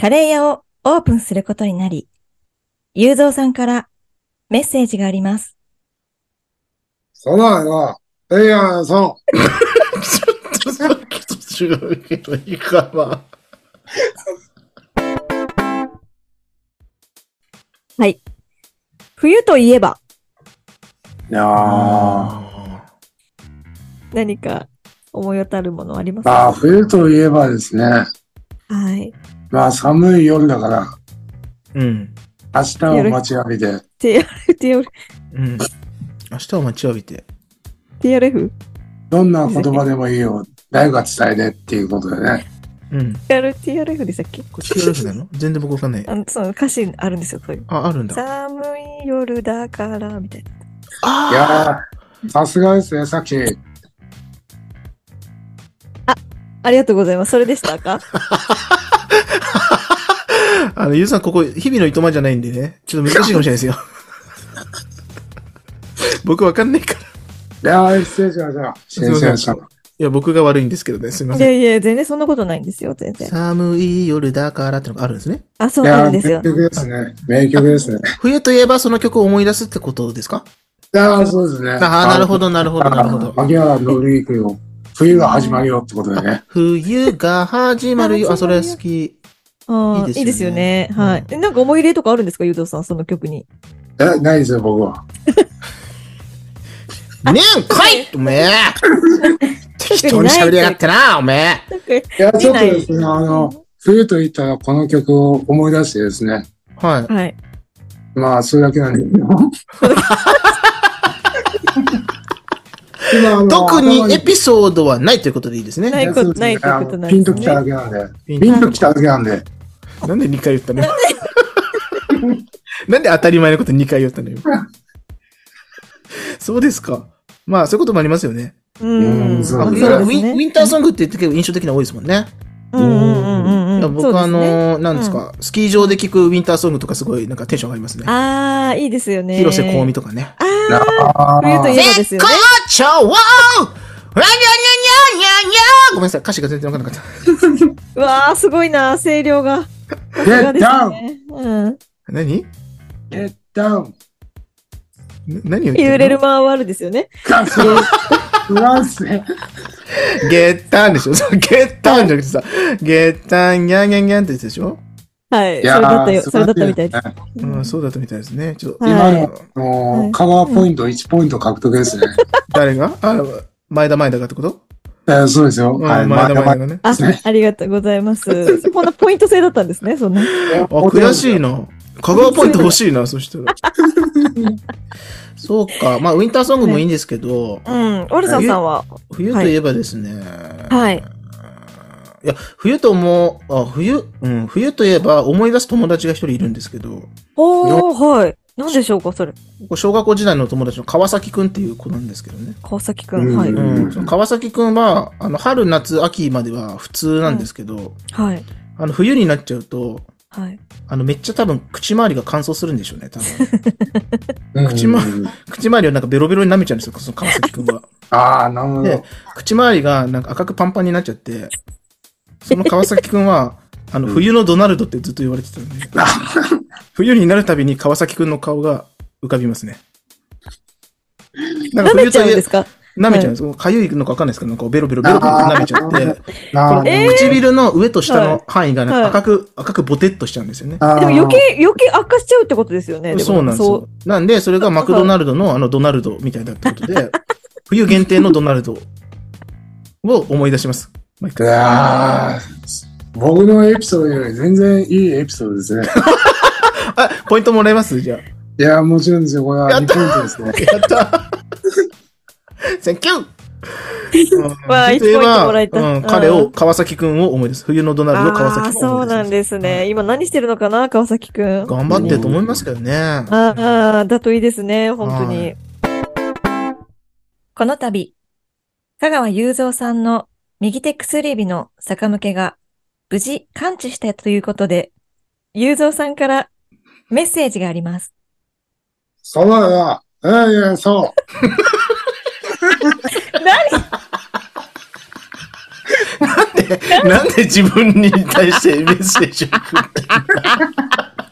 カレー屋をオープンすることになり、雄三さんからメッセージがあります。そうなのよ。いやー、そちょっとさっきと違うけど、いいかな。冬といえば、う。いやー、ああ何か思い当たるものありますーか冬といえばですね、はい。まあ寒い夜だから、ー。うん。明日を待ちわびて、 TRF? うん。明日は待ちわびて。 TRF? どんな言葉でもいいよ、誰か伝えてっていうことでね。うん。 TRF でしたっけこれ TRF なの全然僕わかんない。あの、その歌詞あるんですよ、そういう。あ、あるんだ。寒い夜だから、みたいな。いやー、さすがですね、さっき。ありがとうございます。それでしたかあの、ゆうさん、ここ、日々のいとまじゃないんでね。ちょっと難しいかもしれないですよ。 僕わかんないから。いやー、失礼しました。失礼しました。いや、僕が悪いんですけどね、すみまいせやん。いや、全然そんなことないんですよ、全然。寒い夜だからってのがあるんですね。あ、そういなやんですよ名。曲ですね。名曲ですね。冬といえばその曲を思い出すってことですかああ、そうですね。ああ、なるほど、なるほど、なるほど。秋葉のりくよ。冬が始まるよってことでね。冬が始まるよ。あ、それ好き。あーいいいでいですすよよねね。はい。えなんか思い入れとかあるんですか、ゆうぞうさん、その曲に。え、ないですよ、僕は。ねんかいおめえ適当に喋りやがってな、おめえいや、ちょっとですね、あの、冬と言ったらこの曲を思い出してですね。はい。はい。まあ、それだけなん ですけど。今あの特頭にエピソードはないということでいいですなね。いことないってことなんですねピンときただけなんで。ピンピンときただけなんで。なんで2回言ったの なんで当たり前のこと2回言ったのよ。そうですか。まあ、そういうこともありますよね。ううんん。そあうウでィすねンウィンウィンターソングって言って結構印象的なの多いですもんね。うんうんうんうんうんいやそう僕ではあすねのー、なんですか、スキー場で聴くウィンターソングとかすごいなんかテンション上がりますね。ああ、いいですよね。広瀬香美とかね。あああ、冬といえばですよね。ちょわーにゃにゃにゃにゃにゃごめんなさい、歌詞が全然わかんなかっうわあ、すごいな、声量が。ー、さす Get がです down! ね。うん。た。何 Get down! な何を言って揺れるるマーワールですよね。ガスフランスね。ゲッタンでしょ そうゲッタンじゃなくてさ、ゲッタン、ギャンギャンギャンってやつでしょはい。いそやれーだったよ。それだったみ素晴たらしいでねうす。うんん、そうだったみたいですね。ちょっと、はい今の、あのはー、い香川ポイント1ポイント獲得ですね。誰があ、前田前田がってことえーそうですよ。うんはい。前ま田前田あがね。あ、ありがとうございます。こんなポイント制だったんですね、そんな。あ、悔しいな。香川ポイント欲しいな、そしたら。そうか。まあ、ウィンターソングもいいんですけど、うん。オルさんさんは。冬といえばですね。はい。いや、冬とも、あ、冬、うん、冬といえば思い出す友達が一人いるんですけど、おー、はい。なんでしょうか、それ。こう小学校時代の友達の川崎くんっていう子なんですけどね。川崎くん。はいうう。んん、その川崎くんは、あの、春、夏、秋までは普通なんですけど、はい。あの、冬になっちゃうと、はい。あの、めっちゃ多分、口周りが乾燥するんでしょうね、多分。 うん口も口周りをなんかベロベロに舐めちゃうんですよ、その川崎くんは。ああ、なるほでど。、口周りがなんか赤くパンパンになっちゃって、その川崎くん は、あの、冬のドナルドってずっと言われてたんで、冬になるたびに川崎くんの顔が浮かびますね。なんか舐め冬ちゃとうんいえですか舐めちゃうんです。かゆいのかわかんないですけど、なんかベロベロベロベロ舐めちゃって、なこのる唇の上と下の範囲がなんはかい赤く、赤くボテッとしちゃうんですよね。ほどでも余計、余計悪化しちゃうってことですよね。もそうなんですよ。なんで、それがマクドナルドのあのドナルドみたいだってこと で、冬限定のドナルドを思い出します。毎い回やー僕のエピソードより全然いいエピソードですね。あ、ポイントもらえます じゃあ。いやー、もちろんですよ。これはやっ2たポイントです ね。やったセンキューわあうん一ポイントもらえ例えたばうん、うん彼を、川崎くんを思い出す。冬のドナルド、川ああ崎ー、くんをそ思うい出す。なんですはね。今何してるのかな、川崎くん。あ頑張ってると思いますけどね。あ、だといいですね、本当はに。この度、香川雄三さんの右手薬指の逆向けが無事完治したということで、雄三さんからメッセージがあります。そうだよ。いやいや、そ なんで自分に対してメッセージを送ってんだ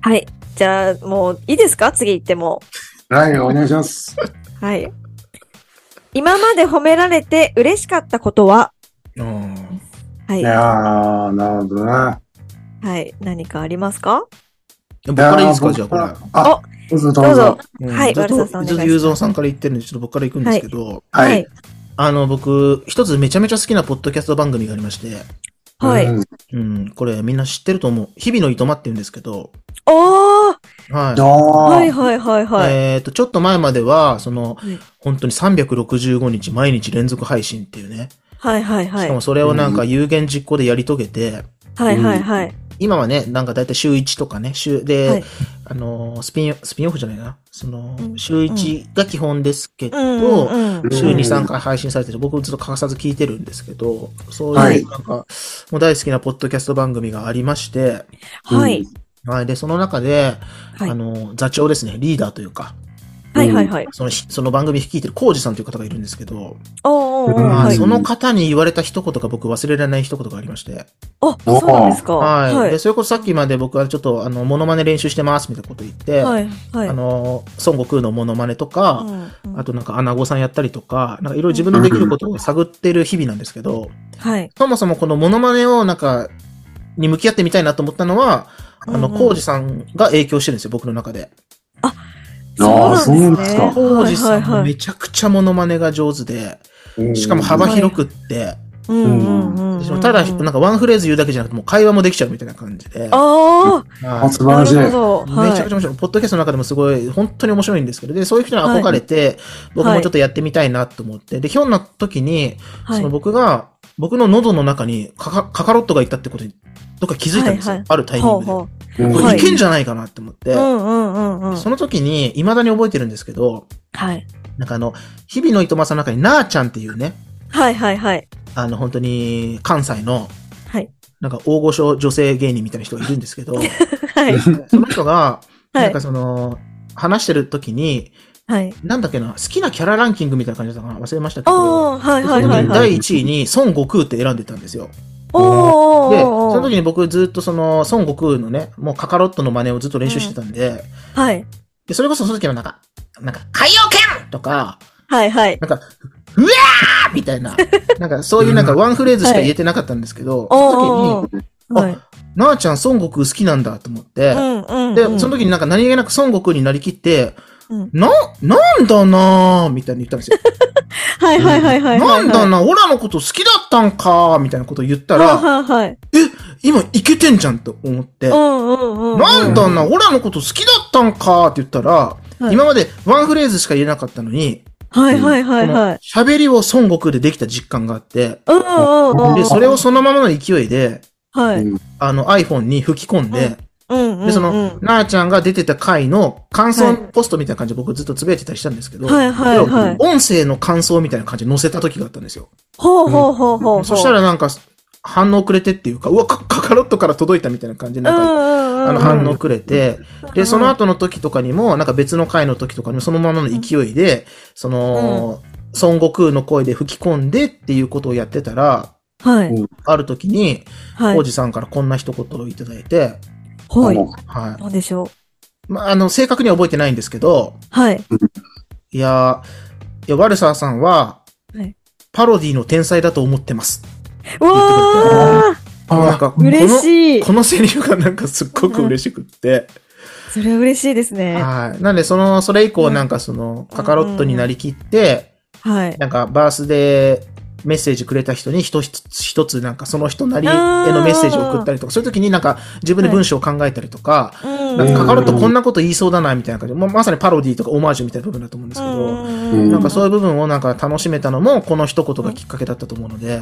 はい。じゃあ、もういいですか次行っても。う。はい、お願いします。はい。今まで褒められて嬉しかったことはうんはいい。やはー、なるほどな。い。何かあれいますか僕からいいですかやじゃーあこれ。僕からあ、どうぞどどうぞうぞ。。うんはいずっワルサと、ーさんお願いずっしまとす雄三さんから言ってるんで、ちょっと僕から行くんですけど、はい。あの、僕、一つめちゃめちゃ好きなポッドキャスト番組がありまして、はい。うんうん、これみんな知ってると思う。日々のいとまって言うんですけど、おーはい。どうはいはいはいはい。えっ、と、ちょっと前までは、その、はい本当に365日毎日連続配信っていうね。はいはいはしいかも。それをなんか有言実行でやり遂げて、はいはいはい。今はね、なんかだいたい週1とかね、週で、はいあのー、スピン、スピンオフじゃないな。その、うん週1が基本ですけど、うんうんうん。週うんに3回配信されてて、僕ずっと欠かさず聞いてるんですけど、そうはいいうなんか、もう大好きなポッドキャスト番組がありまして、はい。はい。で、その中で、はいあの、座長ですね、リーダーというか、はいはいはい。そのひその番組率いてるコウジさんという方がいるんですけど、おーおーおーうんまあはいそ。の方に言われた一言が僕忘れられない一言がありまして、あ、そうなんですか。はい、はで。い。それこそさっきまで僕はちょっと、あの、モノマネ練習してますみたいなこと言って、はい。はいあ。の、孫悟空のモノマネとか、うんうんあとなんかアナゴさんやったりとか、なんかいろいろ自分のできることを探ってる日々なんですけど、はい。そもそもこのモノマネをなんか、に向き合ってみたいなと思ったのは、あの、うんうんコウジさんが影響してるんですよ、僕の中で。ああ、そそううななんんでですすねか。コウジさんはいはいはもいめちゃくちゃモノマネが上手で、うんしかも幅広くって、うんうんうんうん。そのただ、なんかワンフレーズ言うだけじゃなくて、もう会話もできちゃうみたいな感じで。あはあい素あ、晴ならしい。るほど。はめちゃくちゃ面白い。ポッドキャストの中でもすごい、本当に面白いんですけど、で、そういう人に憧れて、僕もちょっとやってみたいなと思って、で、ひょんな時に、い。そのはい。僕が、僕の喉の中にカカカカロットがいたってことに、どっか気づいたんですよ。はいはいあるタイミンほうグで。ほうんこはれいけんじゃないかなって思って、う。うんうんうんうん。その時に、未だに覚えてるんですけど、はい。なんかあの、日々のいとまさんの中に、なーちゃんっていうね、はいはいはい。あの、本当に、関西の、はい。なんか大御所女性芸人みたいな人がいるんですけど、は い。その人が、はなんいか。その、話してる時に、はい。なんだっけな、好きなキャラランキングみたいな感じだったかな忘れましたけど、ああー、はいはいはいはい。第1位に孫悟空って選んでたんですよ。おーおで、ーそおーの時に僕ずっとその孫悟空のね、もうカカロットの真似をずっと練習してたんで、はい。でそれこそその時はなんか、なんか、海洋拳とか、はいはい。なんか、うわーみた いな、なんかそういうなんかワンフレーズしか言えてなかったんですけど、おそのー時おーおに、ー。はいあ、なあちゃん孫悟空好きなんだと思って、うんうんうん。で、その時になんか何気なく孫悟空になりきって、うんな、なんだなーみたいに言ったんですよ。はいはい はいはいはいは。ないんだな、オラのこと好きだったんかーみたいなことを言ったはいら、はいはい。今いけてんじゃんと思って、うんうんうん。なんだな、オラのこと好きだったんかーって言ったら、はい今までワンフレーズしか言えなかったのに、はいはいはいこのはい。喋りを孫悟空でできた実感があって、うんうんうん。で、それをそのままの勢いで、はい。うんあの iPhone に吹き込んで、うんうん。で、その、なあちゃんが出てた回の感は想いポストみたいな感じで僕ずっとつぶやいてたりしたんですけど、はいはいはいそれを音声の感想みたいな感じで載せた時があったんですよ。ほうほうほうほう。そした、らなんか、反応くれてっていうか、うわ、カカカロットから届いたみたいな感じで、うんなんか、うんうん。あの、反応くれて、うで、んその後の時とかにも、なんか別の回の時とかにも、そのままの勢いで、その、孫悟空の声で吹き込んでっていうことをやってたら、はい。ある時に、はい王。子さんからこんな一言をいただいて、はい。はい。なんでしょう。まあ、あの、正確には覚えてないんですけど、はい。いやー、いや、ワルサーさんは、はいパロディの天才だと思ってます。わなんあか、ー嬉い。しいこのセリフがなんかすっごく嬉しくって。それは嬉しいですね。はい。なんで、その、それ以う降んなんかその、カカロットになりきって、はい。なんかバースデーメッセージくれた人に一つ一つなんかその人なりへのメッセージを送ったりとか、そういう時になんか自分で文章を考えたりとか、うんなんかカカロットうんこんなこと言いそうだなみたいな感じで、まあまさにパロディとかオマージュみたいな部分だと思うんですけど、うんなんかそうういう部分をなんか楽しめたのも、この一言がきっかけだったと思うので、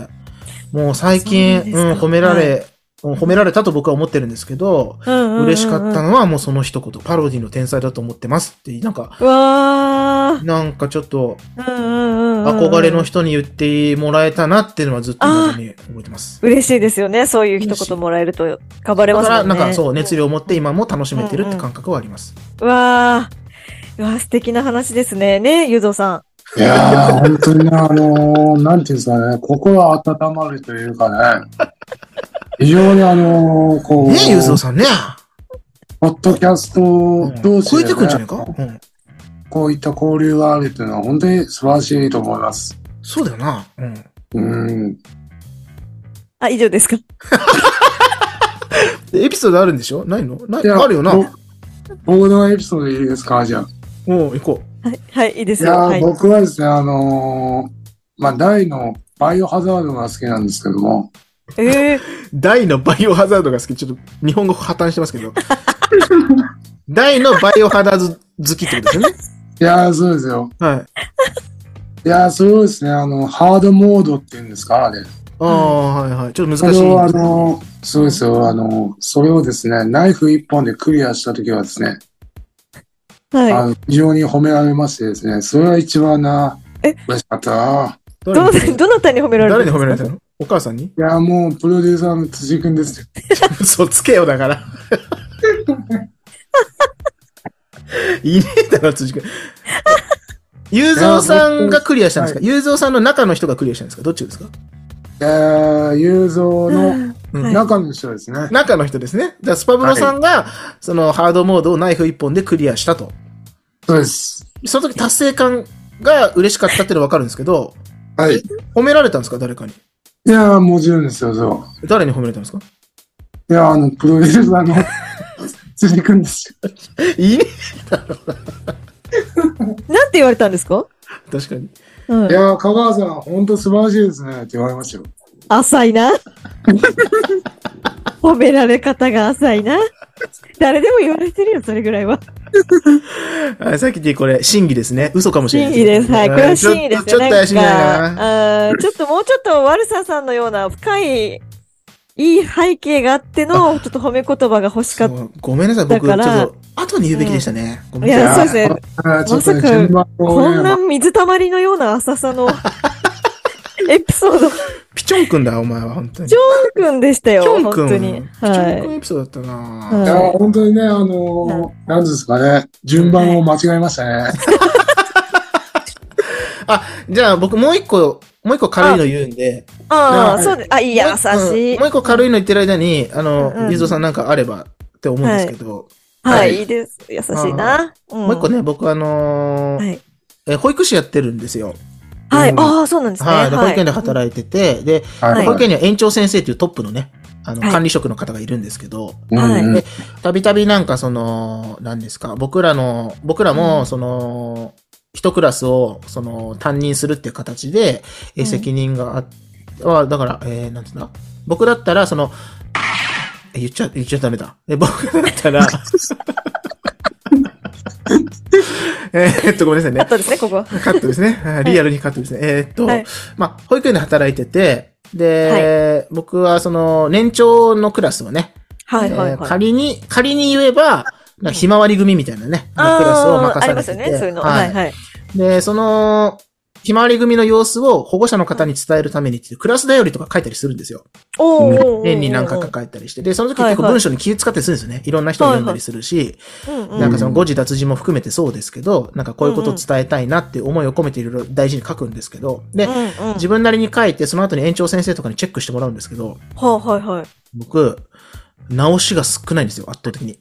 もう最近、そううなんんですか褒められ、うん褒められたと僕は思ってるんですけど、ん嬉しかったの。のはもうその一言、パロディの天才だと思ってますって、なんか、わなんかちょっとー。憧憧れの。人に言ってもらえたなっていうのはずっとあー未だに覚えてます。嬉しいですよね。そういう一言もらえると頑張れだますから、もんね。なんかそう、熱量を持って今も楽しめてるって感覚はあります。うわー。うわー、素敵な話ですね。ね、ゆうぞうさん。いやー、本当にね、あのー、なんていうんですかね、心温まるというかね、非常にあのー、こう、ねえ、ゆうぞうさんね。ポッドキャストうん同士超えで、てねくんじゃないかうん。こういった交流があるというのは本当に素晴らしいと思います。そうだよな。うん。うん。あ、以上ですか。でエピソードあるんでしょないのないいやあるよな。ぼ僕のエピソードいいですかじゃあ。もう行こはい、はい、いいでいすよ。やはー、い。僕はですね、あのー、まあ、大のバイオハザードが好きなんですけども、えー、う。大のバイオハザードが好き。ちょっと日本語破綻してま すけど。大のバイオハザード好きってことですよね。いやー、そうですよ。はいい。やー、そうですね、あの、ハードモードっていうんですか、あれ。ああ、はいはい。ちょっとそ難れしい。をあの、そうですよ、あの、それをですね、ナイフ一本でクリアしたときはですね、はあの非常に褒められましてですね、それは一番な、え嬉しかったな。い。誰どに褒めう、どなたに褒められる誰んにです褒かめられたのお母さ んにいや、もうプロデューサーの辻君ですよ。嘘つけよ、だから。いねえだろ、辻君。ゆうぞうさんがクリアしたんですかゆうぞうさんの中の人がクリアしたんですかどっちですかえー、雄三のうんはい中の人ですね。中の人ですね。じゃあ、スパブロさんが、その、ハードモードをナイフ一本でクリアしたと。そうです。その時達成感が嬉しかったっていうのはわかるんですけど、はい。い褒められたんですか誰かに。やー、もちろんですよ、そ誰に褒められたんですかう。いやー、あの、プロデュー サーの辻君ですよ。いいね。なんて言われたんですか確かに。うんい。やー、香川さん、ほんと素晴らしいですね、って言われましたよ。浅い な。褒められ方が浅いな。誰でも言われてるよ、それぐらいは。はい、さっきでこれ、真偽ですね。嘘かもしれな真い。偽です。はい。これは真偽ですよ。ちょっとちょっと怪しいなんな。かあーちょっともうちょっと悪ささんのような深い、いい背景があっての、ちょっと褒め言葉が欲しかっそうごめんなさい、僕、ちょだっからと、後に言うべきでしたね。ごた。めいんなさや、そうですね。あーちょっとね、まさか順番こをね、んな水たまりのような浅さの エピソード、きょピチョンくんだ、お前は、本当に。ちんくんでしたよ、ピョン本くん当ピに。チョンはくんい。エピソードだったな。いやー、本当にね、あのー、なんですかね、順番を間違えましたね。じゃあ僕もう一個、もう一個軽いの言うんで。あはあ、いそうね。あ、いいや、優しういんもう。一個軽いの言ってる間に、あの、うんうんゆうぞうさんなんかあればって思うんですけど、ははいい、いいです。優しいな。ももう一個。ね、僕あのーはいえ保育士やってるんですよ。はい。うんああ、そうなんですね。はい。で保育園でい働いてて、で、は保育園には園長先生っていうトップのね、あの、はい管理職の方がいるんですけど、はいうんうんたびたびなんかその、何ですか、僕らの、僕らも、その、一クラスを、その、担任するっていう形で、えうん責任があっは、だから、えー、なんていうんだ、僕だったら、その、え言っちゃ、言っちゃダメだ。え僕だった ら、えーっと、ごめんなさいい。ねカッ。トですね、ここ。カットですね。はいリアルにカットですね。えーっと、はいまあ、保育園で働いてて、で、僕はその、年長のクラスをね、はい、はえい、ーはい。仮に、仮に言えば、なんかひまわり組みたいなね、あクラスをあ、任さありれまてすてよね、そういうの。ははいい、はい。で、その、ひまわり組の様子を保護者の方に伝えるためにって、クラスだよりとか書いたりするんですよ。おーおーおー。年に何回か書いたりして。で、その時結構はいはい文章に気使ってするんですよね。いろんな人に読んだりするし、うんうん。なんかその誤字脱字も含めてそうですけど、なんかこういうことを伝えたいなっていう思いを込めていろいろ大事に書くんですけど、で、うんうん自分なりに書いて、その後に園長先生とかにチェックしてもらうんですけど、はい、はい、はい。僕、直しが少ないんですよ、圧倒的に。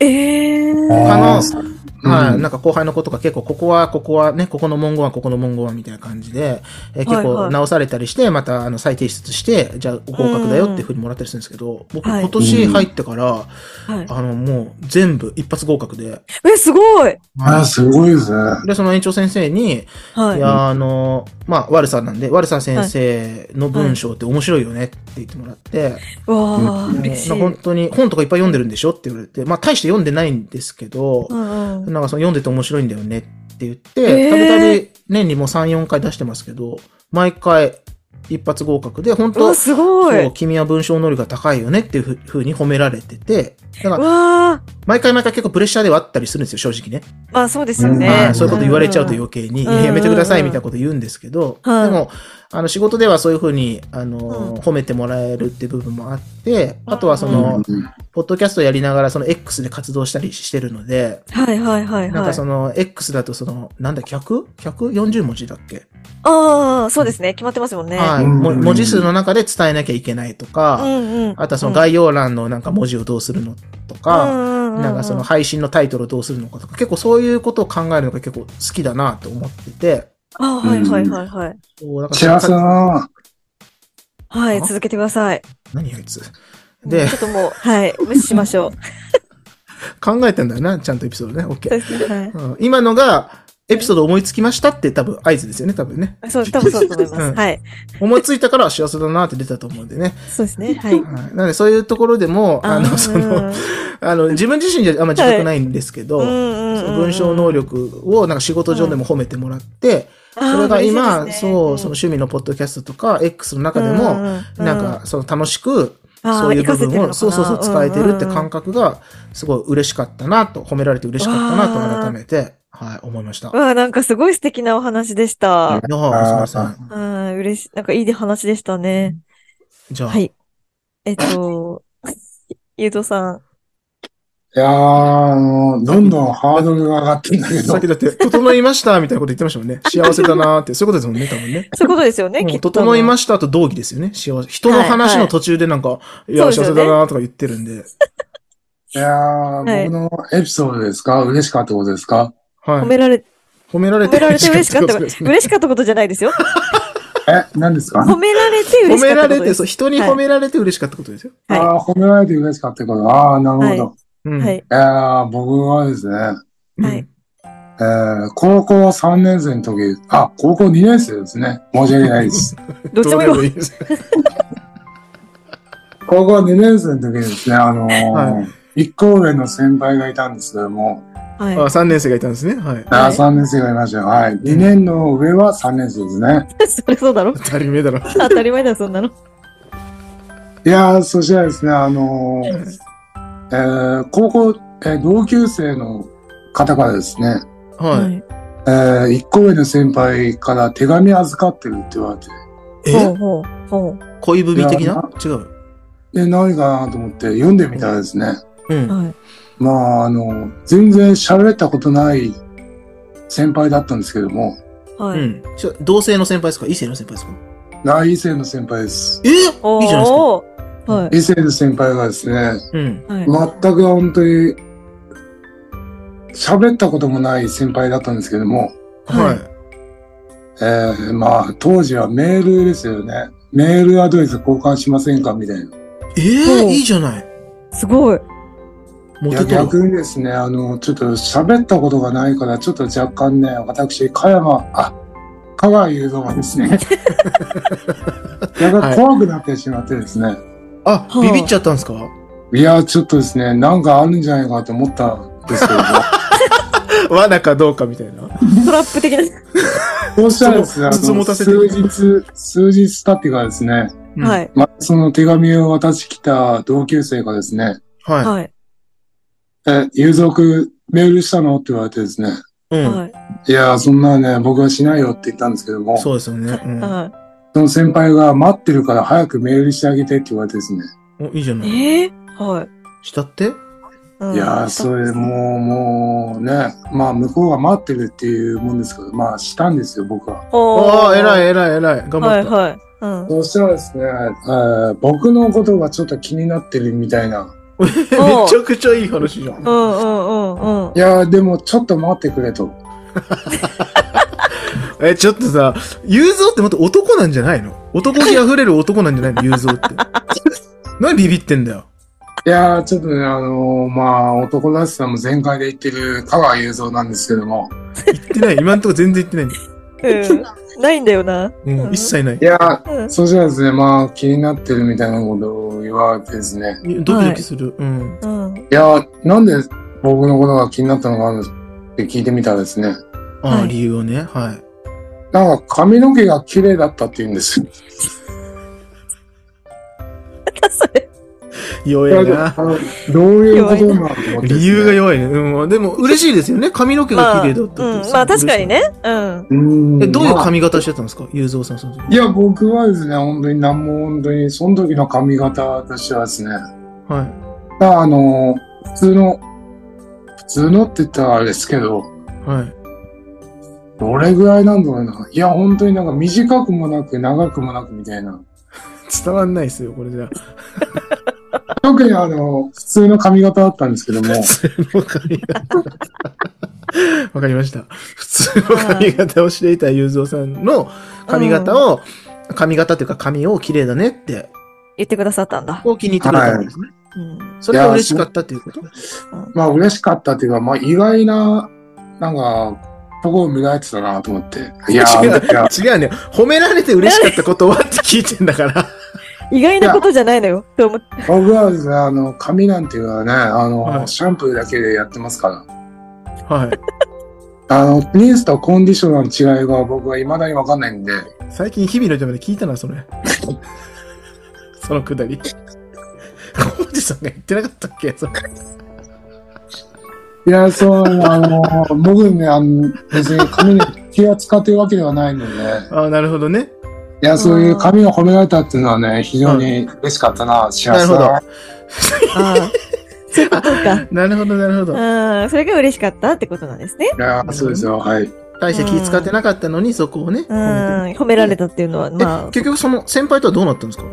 ええー。あーうんはい、なんか後輩の子とか結構、ここは、ここはね、ここの文言は、ここの文言は、みたいな感じで、えー結はいは構い直されたりして、また、あの、再提出して、じゃあ、合格だよっていうふうにもらったりするんですけど、僕、はい今年入ってから、はいあの、もう、全部、一発合格で、え、すごい。あー、すごいですね。で、その園長先生に、はいい。や、あの、まあ、ワルさんなんで、ワルさん先生の文章って面白いよねって言ってもらって、わあ、もう嬉しい。本当に、本とかいっぱい読んでるんでしょって言われて、まあ、大して読んでないんですけど、うんうん。なんかその読んでて面白いんだよねって言っへて、ーたびたび年にもう3、4回出してますけど、毎回一発合格で、本う当わ、すごそうい。君は文章能力が高いよねっていうふふうに褒められてて、だからわあ。毎回毎回結構プレッシャーではあったりするんですよ、正直ね。まあ、そうですようんねは。いそういうこと言われちゃうとんん余計に、うんうんやめてくださいみたいなこと言うんですけど、はいでも、あの、仕事ではそういうふうに、あの、褒めてもらえるっていう部分もあって、あとはその、ポッドキャストやりながらその X で活動したりしてるので、はいはいはいなんはかいそ。の、X だとその、なんだ、100?140 文字だっけ、ああ、そうですね。決まってますもんね。はい、うんも文字数の中で伝えなきゃいけないとうか、んうん。あとはその概要欄のなんか文字をどうするのとか、ななんかその、配信のタイトルをどうするのかとか、結構そういうことを考えるのが結構好きだなと思ってて、ああ、はいはいはいはい。そうなんか幸せだなはい、続けてください。何あいつ。うでんちょ、っともう、はい、無視しましょう。 考えてんだよな、ちゃんとエピソードね。そう OK。ですね。はいうん、今のが、エピソード思いつきましたって多分合図ですよね、多分ね。そう、多分そうだと思いまうんす。はい。思いついたから幸せだなって出たと思うんでね。そうですね。はい。はいなので、そういうところでも、 あの、その、、あの、自分自身じゃあんま自覚ないんですけど、その文章能力、力をなんか仕事上でも褒めてもらって、それが今、そう、そのの趣味のポッドキャストとか、X の中でも、なんか、その楽しく、そういう部分を、そうそうそう、使えてるって感覚覚。が、すごい嬉しかったなと、褒められて嬉しかったなわと、あ改めて、はい、思いました。いやわあ、なんかすごい素敵なお話でした。ー、お疲れさん。うん、嬉しい。なんかいい話でしたね。じゃあ、 はい。えっと、ゆうとさん。いやー、あのどんどんハードルが上がってんだけさどっき、だって、整いましたみたいなこと言ってましたもん ね。幸せだなーって。そういうことですもんね、多分ね。そういうことですよね、うきっんと。整いましたと同義ですよね。幸せ。人の話の途中でなんか、いや、そ幸うですよせねだなーとか言ってるんで。いやー、僕のエピソードですか嬉しかったことですかはい褒。められ、褒められ褒てめら れて嬉しかっこたことと、ですね嬉しかったことじゃないですよ。え、何ですか褒められて嬉褒しかめっらたこれとでて、すそう、。人にはい褒められて嬉しかったことですよ。はああ、褒められて嬉しかったこと。ああ、なるほど。はいい、うん。はい。やー僕はですね、うんはい。えー高校3年生の時、あ、高校2年生ですね。申し訳ない です。どっちもよ。いいです。高校2年生の時にですね、あのーは一校上の先輩がいたんですけども、 はい。あ、3年生がいたんですね。はい。あはあい3年生がいましたよ。はい。2年の上は3年生ですね。 そりゃそうだろ。当たり前だろ。当たり前だよ、そんなの。いやー、そしたらですね、あのーえー高校、えー同級生の方からですね、はえー、一個上の先輩から手紙預かってるって言われて、い。ほうえほうほ恋文的いやな違う。で、何かなと思って読んでみたらですね、うう。ん。はい。まあ、あの、全然喋れたことない先輩だったんですけども、うはい。ん。ちょ同性の先輩ですか異性の先輩ですか来世の先輩です。えいいじゃないですか。おーはい。異性の先輩がですね、うん。はい。全く本当に、喋ったこともない先輩だったんですけども、ははいい。えー、まあ、当時はメールですよね。メールアドレス交換しませんかみたいな。えー、ほういいじゃない。すごい。モいテやとる。逆にですね、あの、ちょっと喋ったことがないから、ちょっと若干ね、私、加山、あ、加川雄三が ですね、はやい怖くなってしまってですね、あ、ビビっちゃったんですかい、や、ちょっとですね、なんかあるんじゃないかと思ったんですけども、 罠かどうかみたいな。トラップ的な。そうしたらですね、あつつものたせて数日、数日経ってからですね、うんは。い。まあ、その手紙を渡してきた同級生がですね、ははい。え、雄三君、メールしたのって言われてですね、い。うん。はい。いや、そんなね、僕はしないよって言ったんですけども、そうですよね。うんはその先輩が待ってるから早くメールしてあげてって言われてですね。お。いいじゃない。い。えーはい。したってうんいやー、それもう、もうね、まあ向こうが待ってるっていうもんですけど、まあしたんですよ、僕は。ああ、偉いい。偉い偉い。頑は張いった。はい。うん。そしたらですね、えー僕のことがちょっと気になってるみたいな。めちゃくちゃいい話じゃん。うんうんうんうんい。やー、でもちょっと待ってくれと。え、ちょっとさ、雄三ってまた男なんじゃないの男気溢れる男なんじゃないの雄 三って。何ビビってんだよ。いやー、ちょっとね、あのーまあ男らしさも全開で言ってる香川雄三なんですけども。言ってない。今んとこ全然言ってうん。ないんだよな。ない。うん、一切ないい。やー、うん。そしたらですね、まあ気になってるみたいなことを言われてですね。ドキドキする。うん。うん。いやー、なんで僕のことが気になったのかなって聞いてみたらですね、あはあ、い理由をね。はい。なんか髪の毛が綺麗だったって言うんですよ。それ。弱いやいでもあな。のどういうことなのと思ってですね理由が弱いね。うん。でも嬉しいですよね。髪の毛が綺麗だったまあっうて。んまあ確かにね。うん。うーんえ。どういうまあ髪型してたんですか雄三さん、その時。いや、僕はですね、本当に何も本当に、その時の髪型としてはですね、はまああの、普通の、普通のって言ったらあれですけど、い。はい。どれぐらいなんだろうな。いや、本当になんか短くもなく長くもなくみたいな。伝わんないですよ、これじゃ。特にあの、普通の髪型だったんですけども、 普通の髪型。わかりました。普通の髪型をしていた雄三さんの髪型を、髪型というか髪を綺麗だねって、言ってくださったんだ。こう気に入ってくれたんですね。うん。それが嬉しかったということまあ嬉しかったっていうか、まあ意外な、なんか、とこを磨いてたなと思って。いやー、いや 違うね。褒められて嬉しかったことはって聞いてんだから。 意外なことじゃないのよ。と思って。僕はですね、あの、髪なんていうのはね、あの、はいシャンプーだけでやってますから。はい。あの、リンスとコンディショナーの違いが僕は未だにわかんないんで、最近日々のためで聞いたな、それ。 そのくだり。コージさんが言ってなかったっけそれいや、そう、あの、僕ね、あの、別に髪に気を使ってるわけではないので、ああ、なるほどね。いや、そういう髪を褒められたっていうのはね、非常に嬉しかったな、幸せだな。ああ。 そういうことか。 なるほど、なるほど。うん、それが嬉しかったってことなんですね。いやーそうですよ。はい。大して気使ってなかったのに、そこをね。うん、褒めて褒められたっていうのは、えまあ、結局その先輩とはどうなったんですか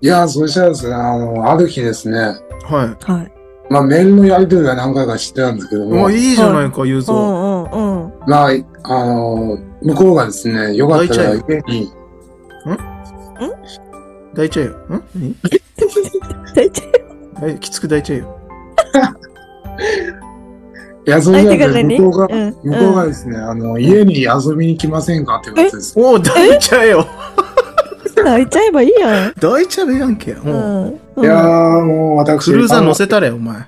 いやーそしたらですね、あの、ある日ですね、はい。はい。まあ、メールのやり取りは何回か知ってたんですけどももう、いいじゃないか、ゆううぞ。んうんうん。まあ、あの、向こうがですね、よかったら家に、抱いちゃえよ。ん何大体抱いきつく抱いちゃえよ。遊び相手ながんで、何向こうが、うん向こうがうんですね、あの、家に遊びに来ませんかって言われてですねおお、抱いちゃえよ。泣いちゃえばいいやん。抱いちゃえやんけ。うもう、ん。うんいやー、もう私、クルーザー乗せたれ、お前。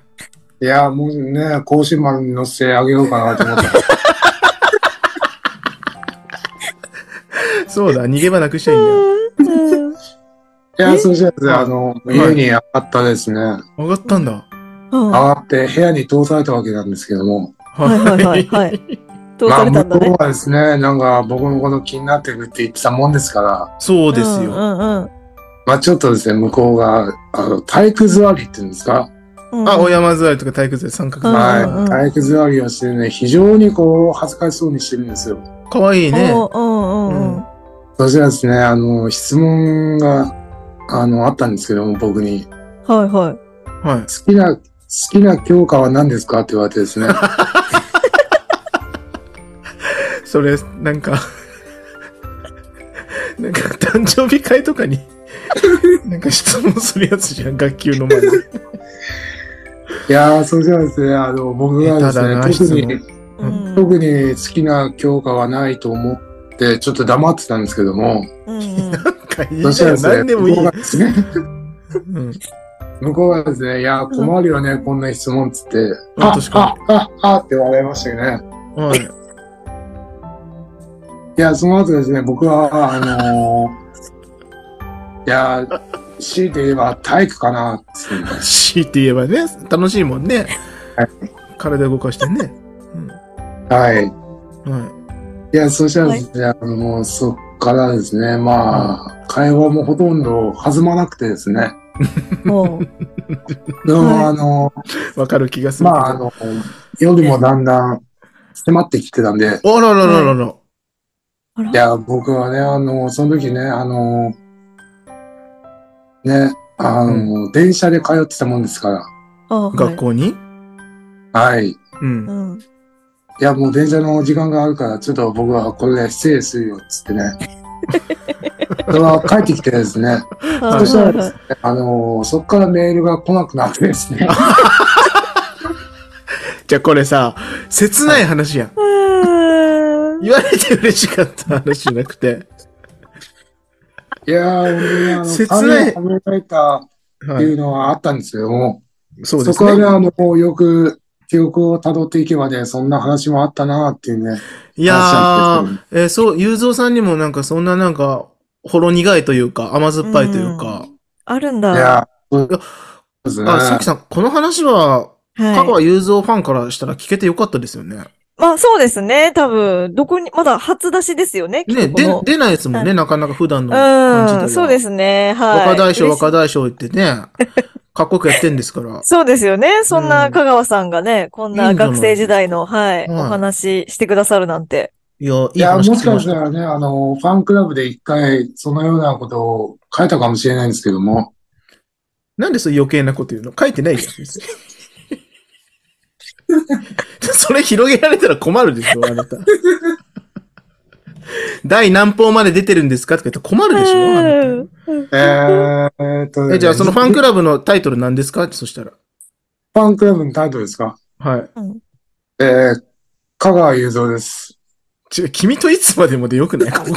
いやー、もうね、甲子丸に乗せてあげようかなと思っ て。そうだ、逃げ場なくしちゃいいんだよ。うんいやー、そしたらですね、あの、い家に上がったですね、上がったんだ。。うん上はがって部屋に通されたわけなんですけども、いはいはいはいい。通されたんだまあ、向こね。うはですね、なんか僕のこと気になってるって言ってたもんですから、 そうですよ。うんうんまあちょっとですね、向こうが、あの、体育座りって言うんですか、うん。あ、お山座りとか体育座り、三角座うんり。はい、うんうん体育座りをしてね、非常にこう、恥ずかしそうにしてるんですよ。かわいいね。おうんうんうん。そしたらですね、あの、質問が、あの、あったんですけども、僕に。はいはい。は好きな、好きな教科は何ですかって言われて ですね。い。それ、なんか、 なんか、誕生日会とかに、 なんか質問するやつじゃん、学級の 前で。いやー、そしたらですね、あの、僕がで下手だすね、特な質に、う特に好きな教科はないと思って、ちょっと黙ってたんですけども、うんなんかいいそしじたゃらん、何でね、も向いこ。いうがですね、うん。向こうがですね、いやー、困るよね、こんな質問っつって、ああ確か、あ、あ、あって笑いましたよね。はい。いや、その後ですね、僕は、あのー、いや、強いて言えば体育かなっつって強いて言えばね、楽しいもんねはい。体動かしてね。はい。うん。はいや、そしたらですね、あの、そっからですね、まあ、会話もほとんど弾まなくてですね。もう。でも、はいあの、い。わかる気がするけど。まあ、あの、夜もだんだん迫ってきてたんで、あららららら。あいらや、僕はね、あの、その時ね、あの、ね、あの、電車で通ってたもんですかあはい学校にら、はい。うんう。ん。いや、もう電車の時間があるから、ちょっと僕はこれで失礼するよ、つって ね。それは帰ってきてですね、そそしたらですね、あのーそっからメールが来なくなってです ね、じゃあこれさ、切ない話やん。言われて嬉しかった話じゃなくて。いやー、俺ねあの、切な髪いを髪め替えたっ はていい。うのはあったんですけども、そうでそすこはね、ね。あの、よく記憶を辿っていけばね、そんな話もあったなーっていうね、いや話なんでー、えーそう、ゆうぞうさんにもなんかそんななんか、ほろ苦いというか、甘酸っぱいというか。あるんいだ。やー、そうですね。あ、さきさん、この話は、香はい。川雄三ファンからしたら聞けてよかったですよね。まあそうですね。多分、どこに、まだ初出しですよね。きね、っとこでの、出ないですもんね、なかなか普段の感じでは。。うん、そうですすね。はい。若大将、嬉し若大将言って ね、かっこよくやってんですから。そうですよね。そんうなん香川さんがね、こんいいなんじゃない学生時代の、はい、はいお話ししてくださるなんて。いや、いいいや、も話聞しきかまし。したたらね、あの、ファンクラブで一回、そのようなことを書いたかもしれないんですけども、なんでそういう余計なこと言うの書いてないじゃん。別に それ広げられたら困るでしょ、あなた。 第何報まで出てるんですかとか言ったら困るでしょあなえーっと、た。え、じゃあそのファンクラブのタイトル何ですかそしたら。ファンクラブのタイトルですかはい。えー、香川雄三です。違う、君といつまでもでよく ないここ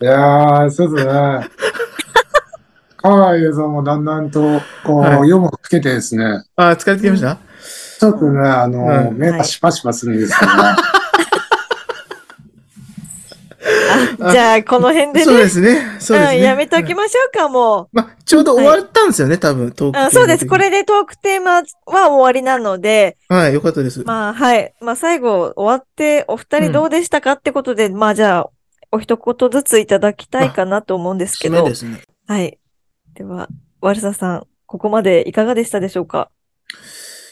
いやー、そう ですね。香川雄三もだんだんと、こう、はい読むつけてですね、あ、疲れてきましたちょっとね、あの、うん目がシパシパするんですけどね。あじゃあ、この辺でそうねで、すね。そうですうね。ん、やめときましょうか、もまあ、ちょうど終わったんですよね、多分、トークう。テーうマん、そうです。的にこ。れでトークテーマは終わりなので、はい、よかったです。まあ、はい。まあ、最後終わって、お二人どうでしたかってことで、まあ、じゃあ、お一言ずついただきたいかなと思うんですけ締めどで。すね。はい。では、ワルサさん、ここまでいかがでしたでしょうか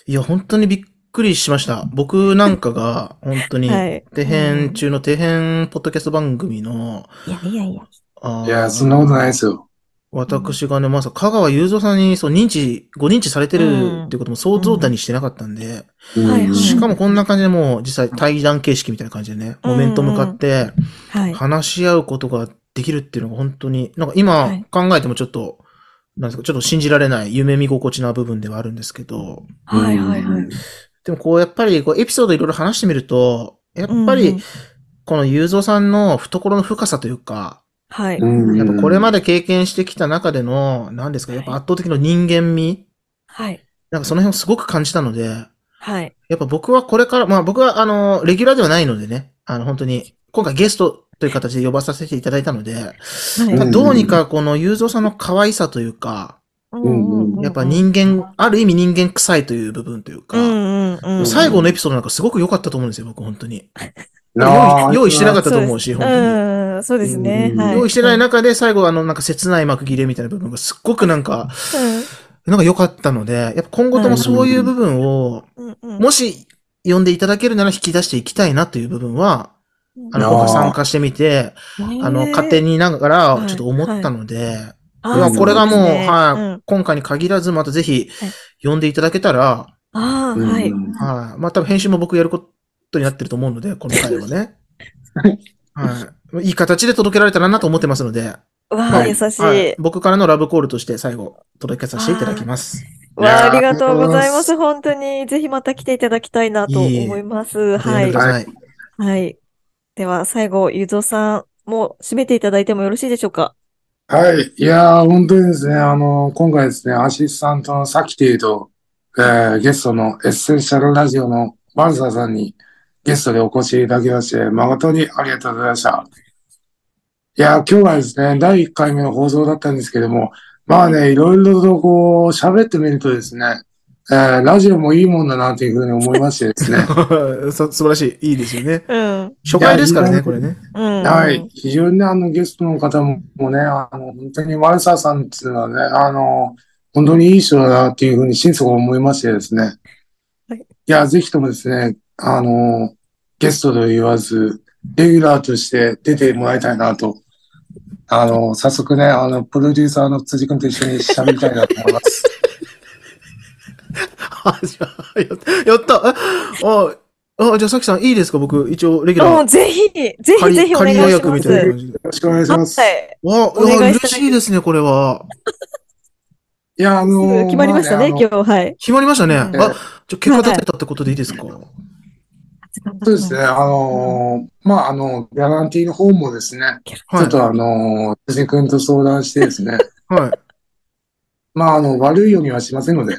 いや、本当にびっくりしました。僕なんかが、本当に、はい。底辺中の底辺ポッドキャスト番組の、いやいやいや。あーいや、そんなことないですよ。私がね、まさか香川雄三さんにそう認知、ご認知されてるっていうことも想像だにしてなかったんで、うんはいはいしかもこんな感じでもう実際対談形式みたいな感じでね、うんモメント向かってはい。話し合うことができるっていうのが本当に、なんかは今い考えてもちょっと、なんですか、ちょっと信じられない夢見心地な部分ではあるんですけど、はい。はい。はい。でもこうやっぱりこうエピソードいろいろ話してみると、やっぱうんうりんこの雄三さんの懐の深さというか、はい。うんやっぱこれまで経験してきた中での、何ですか、やっぱ圧倒的な人間味はい。なんかその辺をすごく感じたので、はい。やっぱ僕はこれから、まあ僕はあの、レギュラーではないのでね、あの本当に、今回ゲストという形で呼ばさせていただいたので、はいなんかどうにかこの雄三さんの可愛さというか、うんうんやっぱ人間、ある意味人間臭いという部分というか、うんうんうん。最後のエピソードなんかすごく良かったと思うんですよ、僕本当に。なあ用意してなかったと思うし、そ本で当すに。うん、そうですね。うんはい。用意してない中で最後あのなんか切ない幕切れみたいな部分がすっごくなんか、なんか良かったので、やっぱ今後ともそういう部分を、うん。うん。もし呼んでいただけるなら引き出していきたいなという部分は、あの、いやー僕は参加してみて、あの、勝手に、にながらはいちょっと思ったので、あーいやそうこれがもう、ですねはういん、今回に限らず、またぜひはい呼んでいただけたら、ああ、うんははい。い、まあ多分編集も僕やることになってると思うので、この回は ね。はい、いい形で届けられたらなと思ってますので、わあ、はい優しい。はい、僕からのラブコールとして最後届けさせていただきます。わあ、あいやーりがとうございまあす。本当に、ぜひまた来ていただきたいなと思います。呼んはでいくだ。さい。はい。では、最後、ゆぞうさん、もう締めていただいてもよろしいでしょうかはい。いやー、本当にですね、あの、今回ですね、アシスタントのサキティと、えーゲストのエッセンシャルラジオのバルサさんにゲストでお越しいただきまして、誠にありがとうございました。いやー、今日はですね、第1回目の放送だったんですけども、まあね、いろいろとこう、喋ってみるとですね、えーラジオもいいもんだなというふうに思いましてですね、 そ素晴らしい。いいですよね。うん。初回ですからいね、やこれね。 うん。はい。。非常にねあのゲストの方もね、あの、本当にマルサさんっていうのはね、あの、本当にいい人だなっていうふうに心底思いましてですね。はいいや、ぜひともですね、あの、ゲストと言わず、レギュラーとして出てもらいたいなと。あの、早速ね、あの、プロデューサーの辻君と一緒に喋りたいなと思い ます。あじゃあやったやったああ、あじゃあ、さきさん、いいですか僕、一応、レギュもラうー。ぜひ、ぜひぜひお願仮いし予ます。約みたいな感じで。よろしくお願いします。、はいい。わあ、お願いやいしたい嬉しいですね、これは。や、あすの、ぐ決まりましたね、あ今ね日。はい。決まりましたね。あ、あじのゃあ結果立てたってことでいいですかそうですね。。あのーまあ、あの、ギャランティーの方もですね、はいちょっとあのー、辻君と相談してですね、 はい。まあ、あの、悪いようにはしませんので、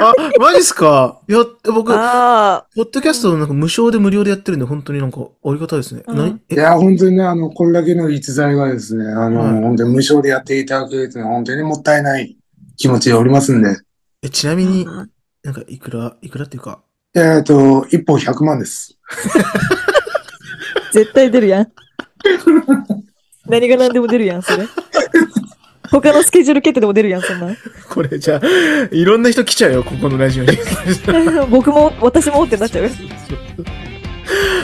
あ、マジっすかいや、僕、ポあッドキャストなんか無償で無料でやってるんで、本当になんか、ありがたいですね。うん何いえや、本当にね、あの、これだけの逸材がですね、あのーはい本当に無償でやっていただけるというのは本当にもったいない気持ちでおりますんで、え、ちなみあ。に、なんか、いくら、いくらっていうか、えっと、一本100万です。絶対出るやん。何が何でも出るやん、それ。他のスケジュール決定でも出るやん、そんな。 これじゃあ、いろんな人来ちゃうよ、ここのラジオに。僕も、私もってなっちゃう。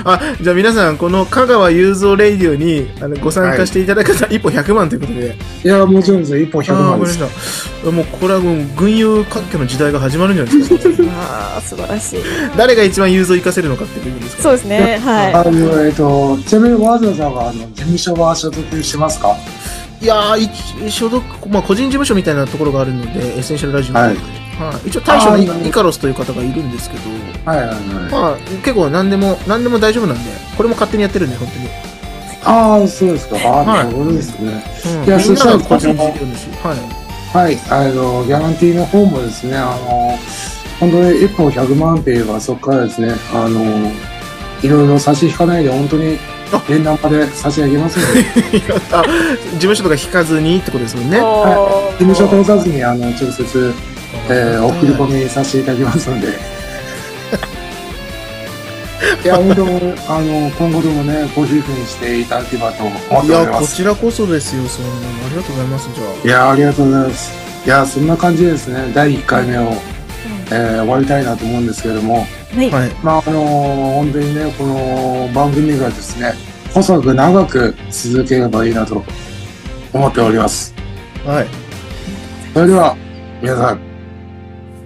あ、じゃあ皆さん、この香川雄三レイディオにあのご参加していただく方、一歩100万ということで。いや、もちろんですよ、一本100あーわ万かでりす。ました。もうこれはもう群雄割拠の時代が始まるんじゃないですか。ああ、素晴らしい。誰が一番雄三活かせるのかっていう部分ですかそうですね、はあの、えっ、と、ちなみにわざわざは、あの、事務所は所属してますかいやー、一所属、まあ個人事務所みたいなところがあるので、エッセンシャルラジオはいはい一応大将あーにいいねイカロスという方がいるんですけど、はいはいはい。まあ結構何でも、何でも大丈夫なんで、これも勝手にやってるんで、本当に。ああ、そうですか。ああ、はいなるほどですね。うん、いやそみんしなたらが個人事業主。はい。はい、あの、ギャランティーの方もですね、あの、本当に一本100万って言えば、そこからですね、あの、いろいろ差し引かないで、本当にあ連弾まで差し上げますの で、事 あ、事務所とか引かずにってことですもんい。ね。おー務所通さずに、あの、直接、 えー、送り込みさせていただきますので、いや、本当、あの、今後ともね、ご主婦にしていただければと思っておいりや、まこす。ちらこそですよ、そんなの。ありがとうございます、じゃいや、ありがとうございます。いや、そんな感じでですね、第1回目を、えー終わりたいなと思うんですけれども、はい。あ。はい。まあ、あの本当にね、この番組がですね、細く長く続ければいいなと思っております。はい。それでは、皆さん、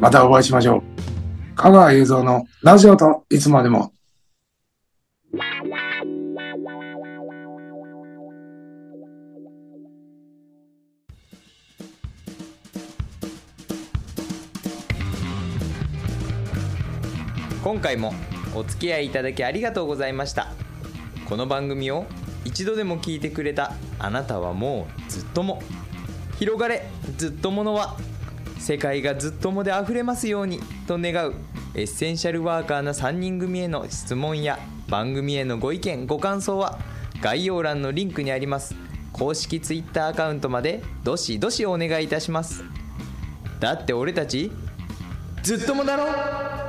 またお会いしましょう。香川雄三のラジオといつまでも。今回もお付き合いいただきありがとうございましたこの番組を一度でも聞いてくれたあなたはもうずっとも広がれずっとものは世界がずっともであふれますようにと願うエッセンシャルワーカーな3人組への質問や番組へのご意見ご感想は概要欄のリンクにあります公式 Twitter アカウントまでどしどしお願いいたしますだって俺たちずっともだろ